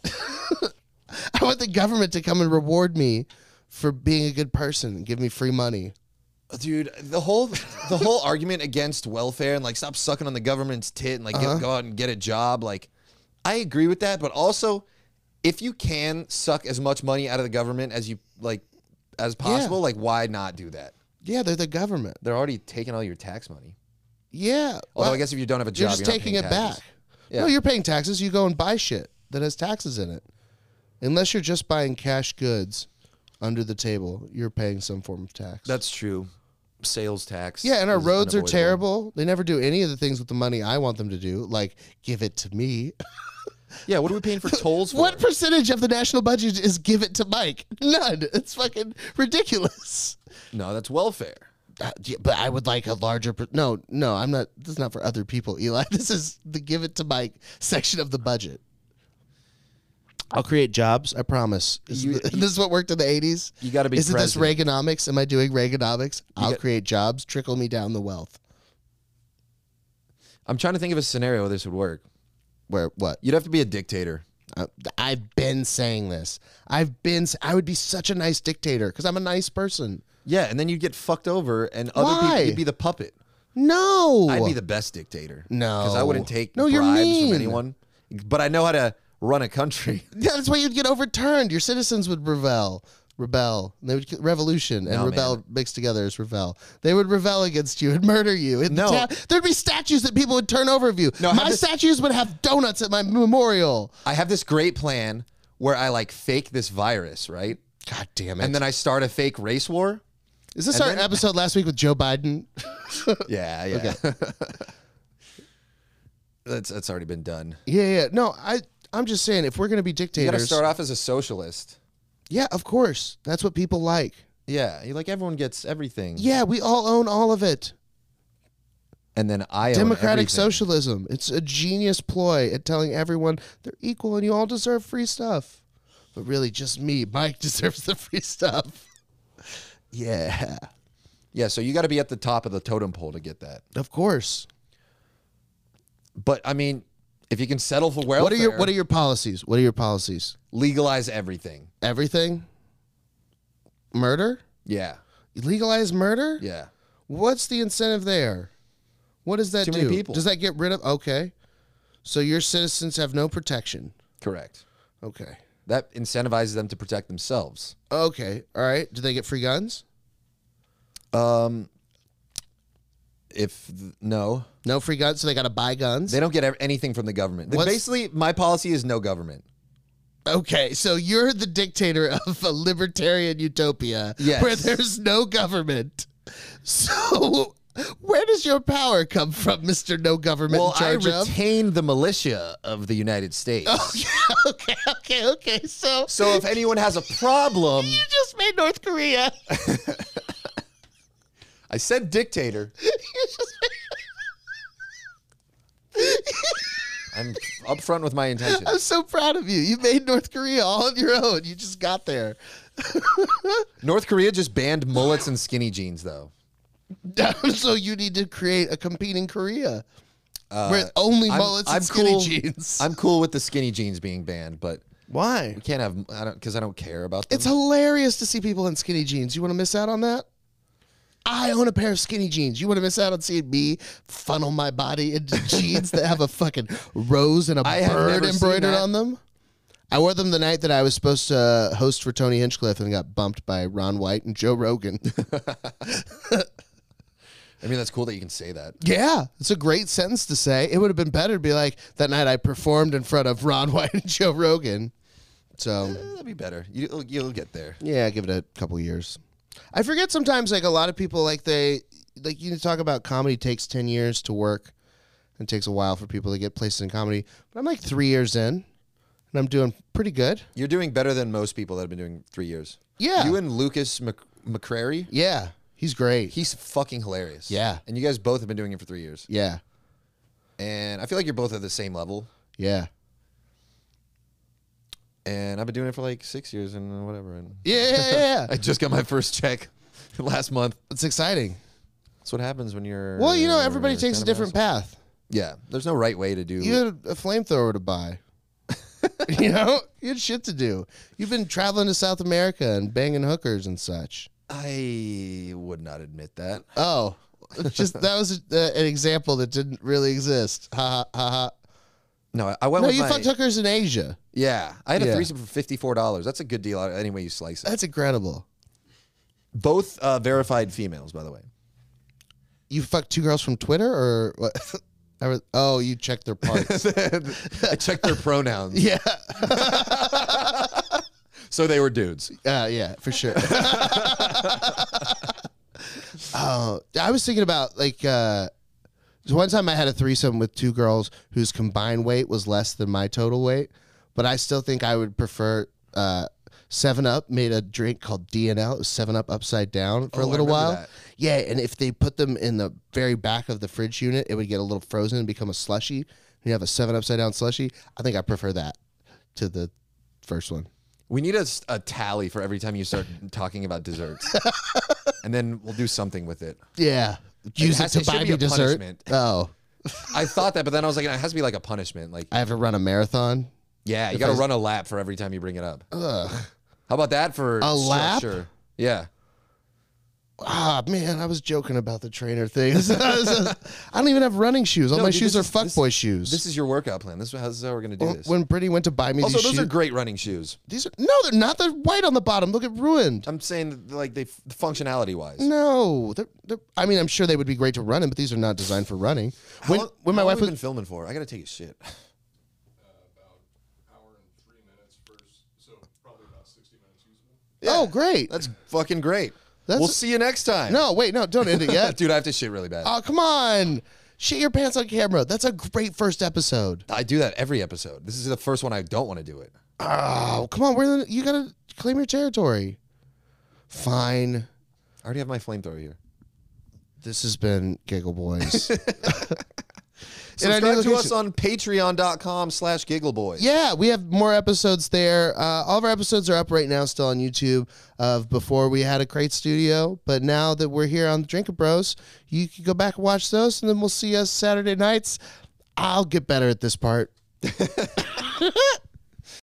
Speaker 2: I want the government to come and reward me for being a good person and give me free money.
Speaker 1: Dude, the whole the whole argument against welfare and like stop sucking on the government's tit and like
Speaker 2: Uh-huh.
Speaker 1: get, go out and get a job. Like, I agree with that, but also, if you can suck as much money out of the government as you like as possible, like why not do that?
Speaker 2: Yeah, they're the government.
Speaker 1: They're already taking all your tax money.
Speaker 2: Yeah.
Speaker 1: Although I
Speaker 2: well,
Speaker 1: guess if you don't have a job,
Speaker 2: you're just
Speaker 1: not
Speaker 2: taking
Speaker 1: paying
Speaker 2: it
Speaker 1: taxes.
Speaker 2: back.
Speaker 1: Yeah.
Speaker 2: No, you're paying taxes. You go and buy shit that has taxes in it. Unless you're just buying cash goods under the table, you're paying some form of tax.
Speaker 1: That's true. Sales tax.
Speaker 2: yeah, and our
Speaker 1: is
Speaker 2: roads are
Speaker 1: unavoidable.
Speaker 2: terrible. They never do any of the things with the money I want them to do, like give it to me.
Speaker 1: Yeah, what are we paying for tolls for?
Speaker 2: What percentage of the national budget is give it to Mike? None. It's fucking ridiculous.
Speaker 1: No, that's welfare.
Speaker 2: Uh, yeah, but I would like a larger. Per- no, no, I'm not. This is not for other people, Eli. This is the give it to Mike section of the budget. I'll create jobs. I promise. Is
Speaker 1: You-
Speaker 2: th- this is what worked in the 80s.
Speaker 1: You got to be
Speaker 2: Is it this
Speaker 1: president.
Speaker 2: Reaganomics? Am I doing Reaganomics? I'll
Speaker 1: got-
Speaker 2: create jobs. Trickle me down the wealth.
Speaker 1: I'm trying to think of a scenario where this would work.
Speaker 2: Where what?
Speaker 1: You'd have to be a dictator.
Speaker 2: Uh, I've been saying this. I've been. s- I would be such a nice dictator because I'm a nice person.
Speaker 1: Yeah, and then you'd get fucked over, and other
Speaker 2: Why?
Speaker 1: people you'd be the puppet.
Speaker 2: No,
Speaker 1: I'd be the best dictator.
Speaker 2: No.
Speaker 1: because I wouldn't take
Speaker 2: No,
Speaker 1: bribes
Speaker 2: you're mean.
Speaker 1: from anyone. But I know how to run a country.
Speaker 2: Yeah, that's why you'd get overturned. Your citizens would rebel, rebel. They would revolution and
Speaker 1: No,
Speaker 2: rebel mixed together as rebel. They would rebel against you and murder you. In
Speaker 1: No.
Speaker 2: the town. there'd be statues that people would turn over of you.
Speaker 1: No, I have
Speaker 2: my
Speaker 1: this-
Speaker 2: statues would have donuts at my memorial.
Speaker 1: I have this great plan where I like fake this virus, right?
Speaker 2: God damn it!
Speaker 1: And then I start a fake race war.
Speaker 2: Is this
Speaker 1: and
Speaker 2: our
Speaker 1: then-
Speaker 2: episode last week with Joe Biden?
Speaker 1: Yeah, yeah. that's that's already been done.
Speaker 2: yeah, yeah. No, I. I'm just saying, if we're gonna be
Speaker 1: You got to
Speaker 2: dictators,
Speaker 1: start off as a socialist.
Speaker 2: yeah, of course, that's what people like.
Speaker 1: Yeah, you like everyone gets everything.
Speaker 2: Yeah, we all own all of it.
Speaker 1: and then I own
Speaker 2: Democratic
Speaker 1: everything.
Speaker 2: socialism. It's a genius ploy at telling everyone they're equal and you all deserve free stuff. But really, just me. Mike deserves the free stuff. Yeah,
Speaker 1: Yeah, so you got to be at the top of the totem pole to get that.
Speaker 2: of course.
Speaker 1: But I mean, if you can settle for welfare,
Speaker 2: What are your What are your policies? What are your policies?
Speaker 1: legalize everything?
Speaker 2: Everything. Murder.
Speaker 1: Yeah,
Speaker 2: Legalize murder.
Speaker 1: yeah.
Speaker 2: What's the incentive there? What does that
Speaker 1: Too
Speaker 2: do?
Speaker 1: many people.
Speaker 2: Does that get rid of? Okay, so your citizens have no protection.
Speaker 1: Correct.
Speaker 2: Okay.
Speaker 1: That incentivizes them to protect themselves.
Speaker 2: Okay. All right. Do they get free guns?
Speaker 1: Um, if th- no,
Speaker 2: No free guns, so they got to buy guns.
Speaker 1: they don't get ev- anything from the government. Then
Speaker 2: What's-
Speaker 1: Basically, my policy is no government.
Speaker 2: okay, so you're the dictator of a libertarian utopia
Speaker 1: Yes.
Speaker 2: where there's no government. So where does your power come from, Mister No Government
Speaker 1: Well,
Speaker 2: in
Speaker 1: I
Speaker 2: charge of? Oh.
Speaker 1: retain the militia of the United States.
Speaker 2: okay, okay, okay. So
Speaker 1: So if anyone has a problem,
Speaker 2: you just made North Korea.
Speaker 1: I said dictator.
Speaker 2: You just
Speaker 1: I'm upfront with my intentions.
Speaker 2: I'm so proud of you. You made North Korea all on your own. You just got there.
Speaker 1: North Korea just banned mullets and skinny jeans, though.
Speaker 2: so you need to create a competing Korea. where only
Speaker 1: Uh, I'm-
Speaker 2: mullets
Speaker 1: I'm
Speaker 2: and skinny
Speaker 1: cool.
Speaker 2: jeans.
Speaker 1: I'm cool with the skinny jeans being banned, but
Speaker 2: Why?
Speaker 1: we can't have I don't because I don't care about them.
Speaker 2: It's hilarious to see people in skinny jeans. You want to miss out on that? I own a pair of skinny jeans. You want to miss out on seeing me funnel my body into jeans that have a fucking rose and a
Speaker 1: I have
Speaker 2: bird
Speaker 1: never seen
Speaker 2: embroidered
Speaker 1: that.
Speaker 2: on them? I wore them the night that I was supposed to host for Tony Hinchcliffe and got bumped by Ron White and Joe Rogan.
Speaker 1: I mean, that's cool that you can say that.
Speaker 2: yeah, it's a great sentence to say. It would have been better to be like, that night I performed in front of Ron White and Joe Rogan. So.
Speaker 1: Eh, That'd be better. You, you'll get there.
Speaker 2: Yeah, give it a couple years. I forget sometimes like a lot of people like they like you talk about comedy takes 10 years to work It takes a while for people to get placed in comedy, but I'm like three years in, and I'm doing pretty good.
Speaker 1: You're doing better than most people that have been doing three years.
Speaker 2: Yeah.
Speaker 1: You and Lucas Mc- McCrary,
Speaker 2: Yeah, he's great.
Speaker 1: he's fucking hilarious.
Speaker 2: Yeah.
Speaker 1: And you guys both have been doing it for three years.
Speaker 2: yeah,
Speaker 1: And I feel like you're both at the same level.
Speaker 2: yeah,
Speaker 1: And I've been doing it for like six years and whatever. And
Speaker 2: yeah, yeah, yeah.
Speaker 1: I just got my first check last month.
Speaker 2: it's exciting.
Speaker 1: That's what happens when you're.
Speaker 2: Well, you know, everybody takes
Speaker 1: kind
Speaker 2: a
Speaker 1: of
Speaker 2: different
Speaker 1: asshole.
Speaker 2: path.
Speaker 1: Yeah. There's no right way to do.
Speaker 2: You had a flamethrower to buy. you know, you had shit to do. You've been traveling to South America and banging hookers and such.
Speaker 1: I would not admit that.
Speaker 2: Oh, just that was uh, an example that didn't really exist. Ha ha ha. ha.
Speaker 1: No, I- I went
Speaker 2: No,
Speaker 1: with
Speaker 2: you
Speaker 1: my.
Speaker 2: fucked hookers in Asia.
Speaker 1: yeah, I had a
Speaker 2: Yeah.
Speaker 1: threesome for fifty four dollars. That's a good deal out- any way you slice it.
Speaker 2: That's incredible.
Speaker 1: Both uh, verified females, by the way.
Speaker 2: You fucked two girls from Twitter or what? I was- Oh, you checked their parts.
Speaker 1: I checked their pronouns,
Speaker 2: yeah,
Speaker 1: so they were dudes.
Speaker 2: uh, yeah, for sure. Oh, I was thinking about like uh, so one time I had a threesome with two girls whose combined weight was less than my total weight, but I still think I would prefer. Uh, Seven Up made a drink called DNL. It was Seven Up upside down for
Speaker 1: Oh,
Speaker 2: a
Speaker 1: I
Speaker 2: little
Speaker 1: remember
Speaker 2: while.
Speaker 1: that.
Speaker 2: Yeah, and if they put them in the very back of the fridge unit, it would get a little frozen and become a slushy. And you have a Seven Upside Down slushy. I think I prefer that to the first one.
Speaker 1: We need a, s- a tally for every time you start talking about desserts, and then we'll do something with it.
Speaker 2: Yeah, use it,
Speaker 1: has-
Speaker 2: to
Speaker 1: it should
Speaker 2: buy
Speaker 1: be
Speaker 2: me
Speaker 1: a
Speaker 2: dessert.
Speaker 1: punishment.
Speaker 2: Oh,
Speaker 1: I thought that, but then I was like, it has to be like a punishment. Like,
Speaker 2: I have to run a marathon.
Speaker 1: yeah, you got to run a lap for every time you bring it up.
Speaker 2: Ugh.
Speaker 1: How about that for
Speaker 2: A lap?
Speaker 1: structure? Yeah.
Speaker 2: Ah man, I was joking about the trainer thing. I don't even have running shoes. All my
Speaker 1: dude,
Speaker 2: shoes
Speaker 1: this
Speaker 2: are
Speaker 1: is- this-
Speaker 2: fuckboy shoes.
Speaker 1: This is your workout plan. This is how we're gonna do this.
Speaker 2: when Brittany went to buy me
Speaker 1: Also,
Speaker 2: these
Speaker 1: those
Speaker 2: shoes,
Speaker 1: are great running shoes.
Speaker 2: these are no, they're not. They're white on the bottom. Look at ruined.
Speaker 1: I'm saying that, like they functionality wise.
Speaker 2: No, they're, they're, I mean, I'm sure they would be great to run in, but these are not designed for running. When when my wife
Speaker 1: was
Speaker 2: was
Speaker 1: been filming for, I gotta take a shit.
Speaker 3: hour and three minutes first, so probably about 60 minutes usable.
Speaker 2: oh great,
Speaker 1: That's fucking great.
Speaker 2: That's-
Speaker 1: we'll see you next time.
Speaker 2: no wait no don't end it yet.
Speaker 1: dude, I have to shit really bad.
Speaker 2: oh come on, shit your pants on camera. That's a great first episode.
Speaker 1: I do that every episode. This is the first one I don't want to do it.
Speaker 2: Oh come on, we're in- you gotta claim your territory. Fine,
Speaker 1: I already have my flamethrower here.
Speaker 2: this has been Giggle Boys. And I
Speaker 1: Subscribe
Speaker 2: knew
Speaker 1: to us
Speaker 2: location-
Speaker 1: on patreon.com slash giggleboy.
Speaker 2: Yeah, we have more episodes there. Uh, all of our episodes are up right now, still on YouTube. Of before we had a crate studio, but now that we're here on the Drinker Bros, you can go back and watch those, and then we'll see us Saturday nights. I'll get better at this part.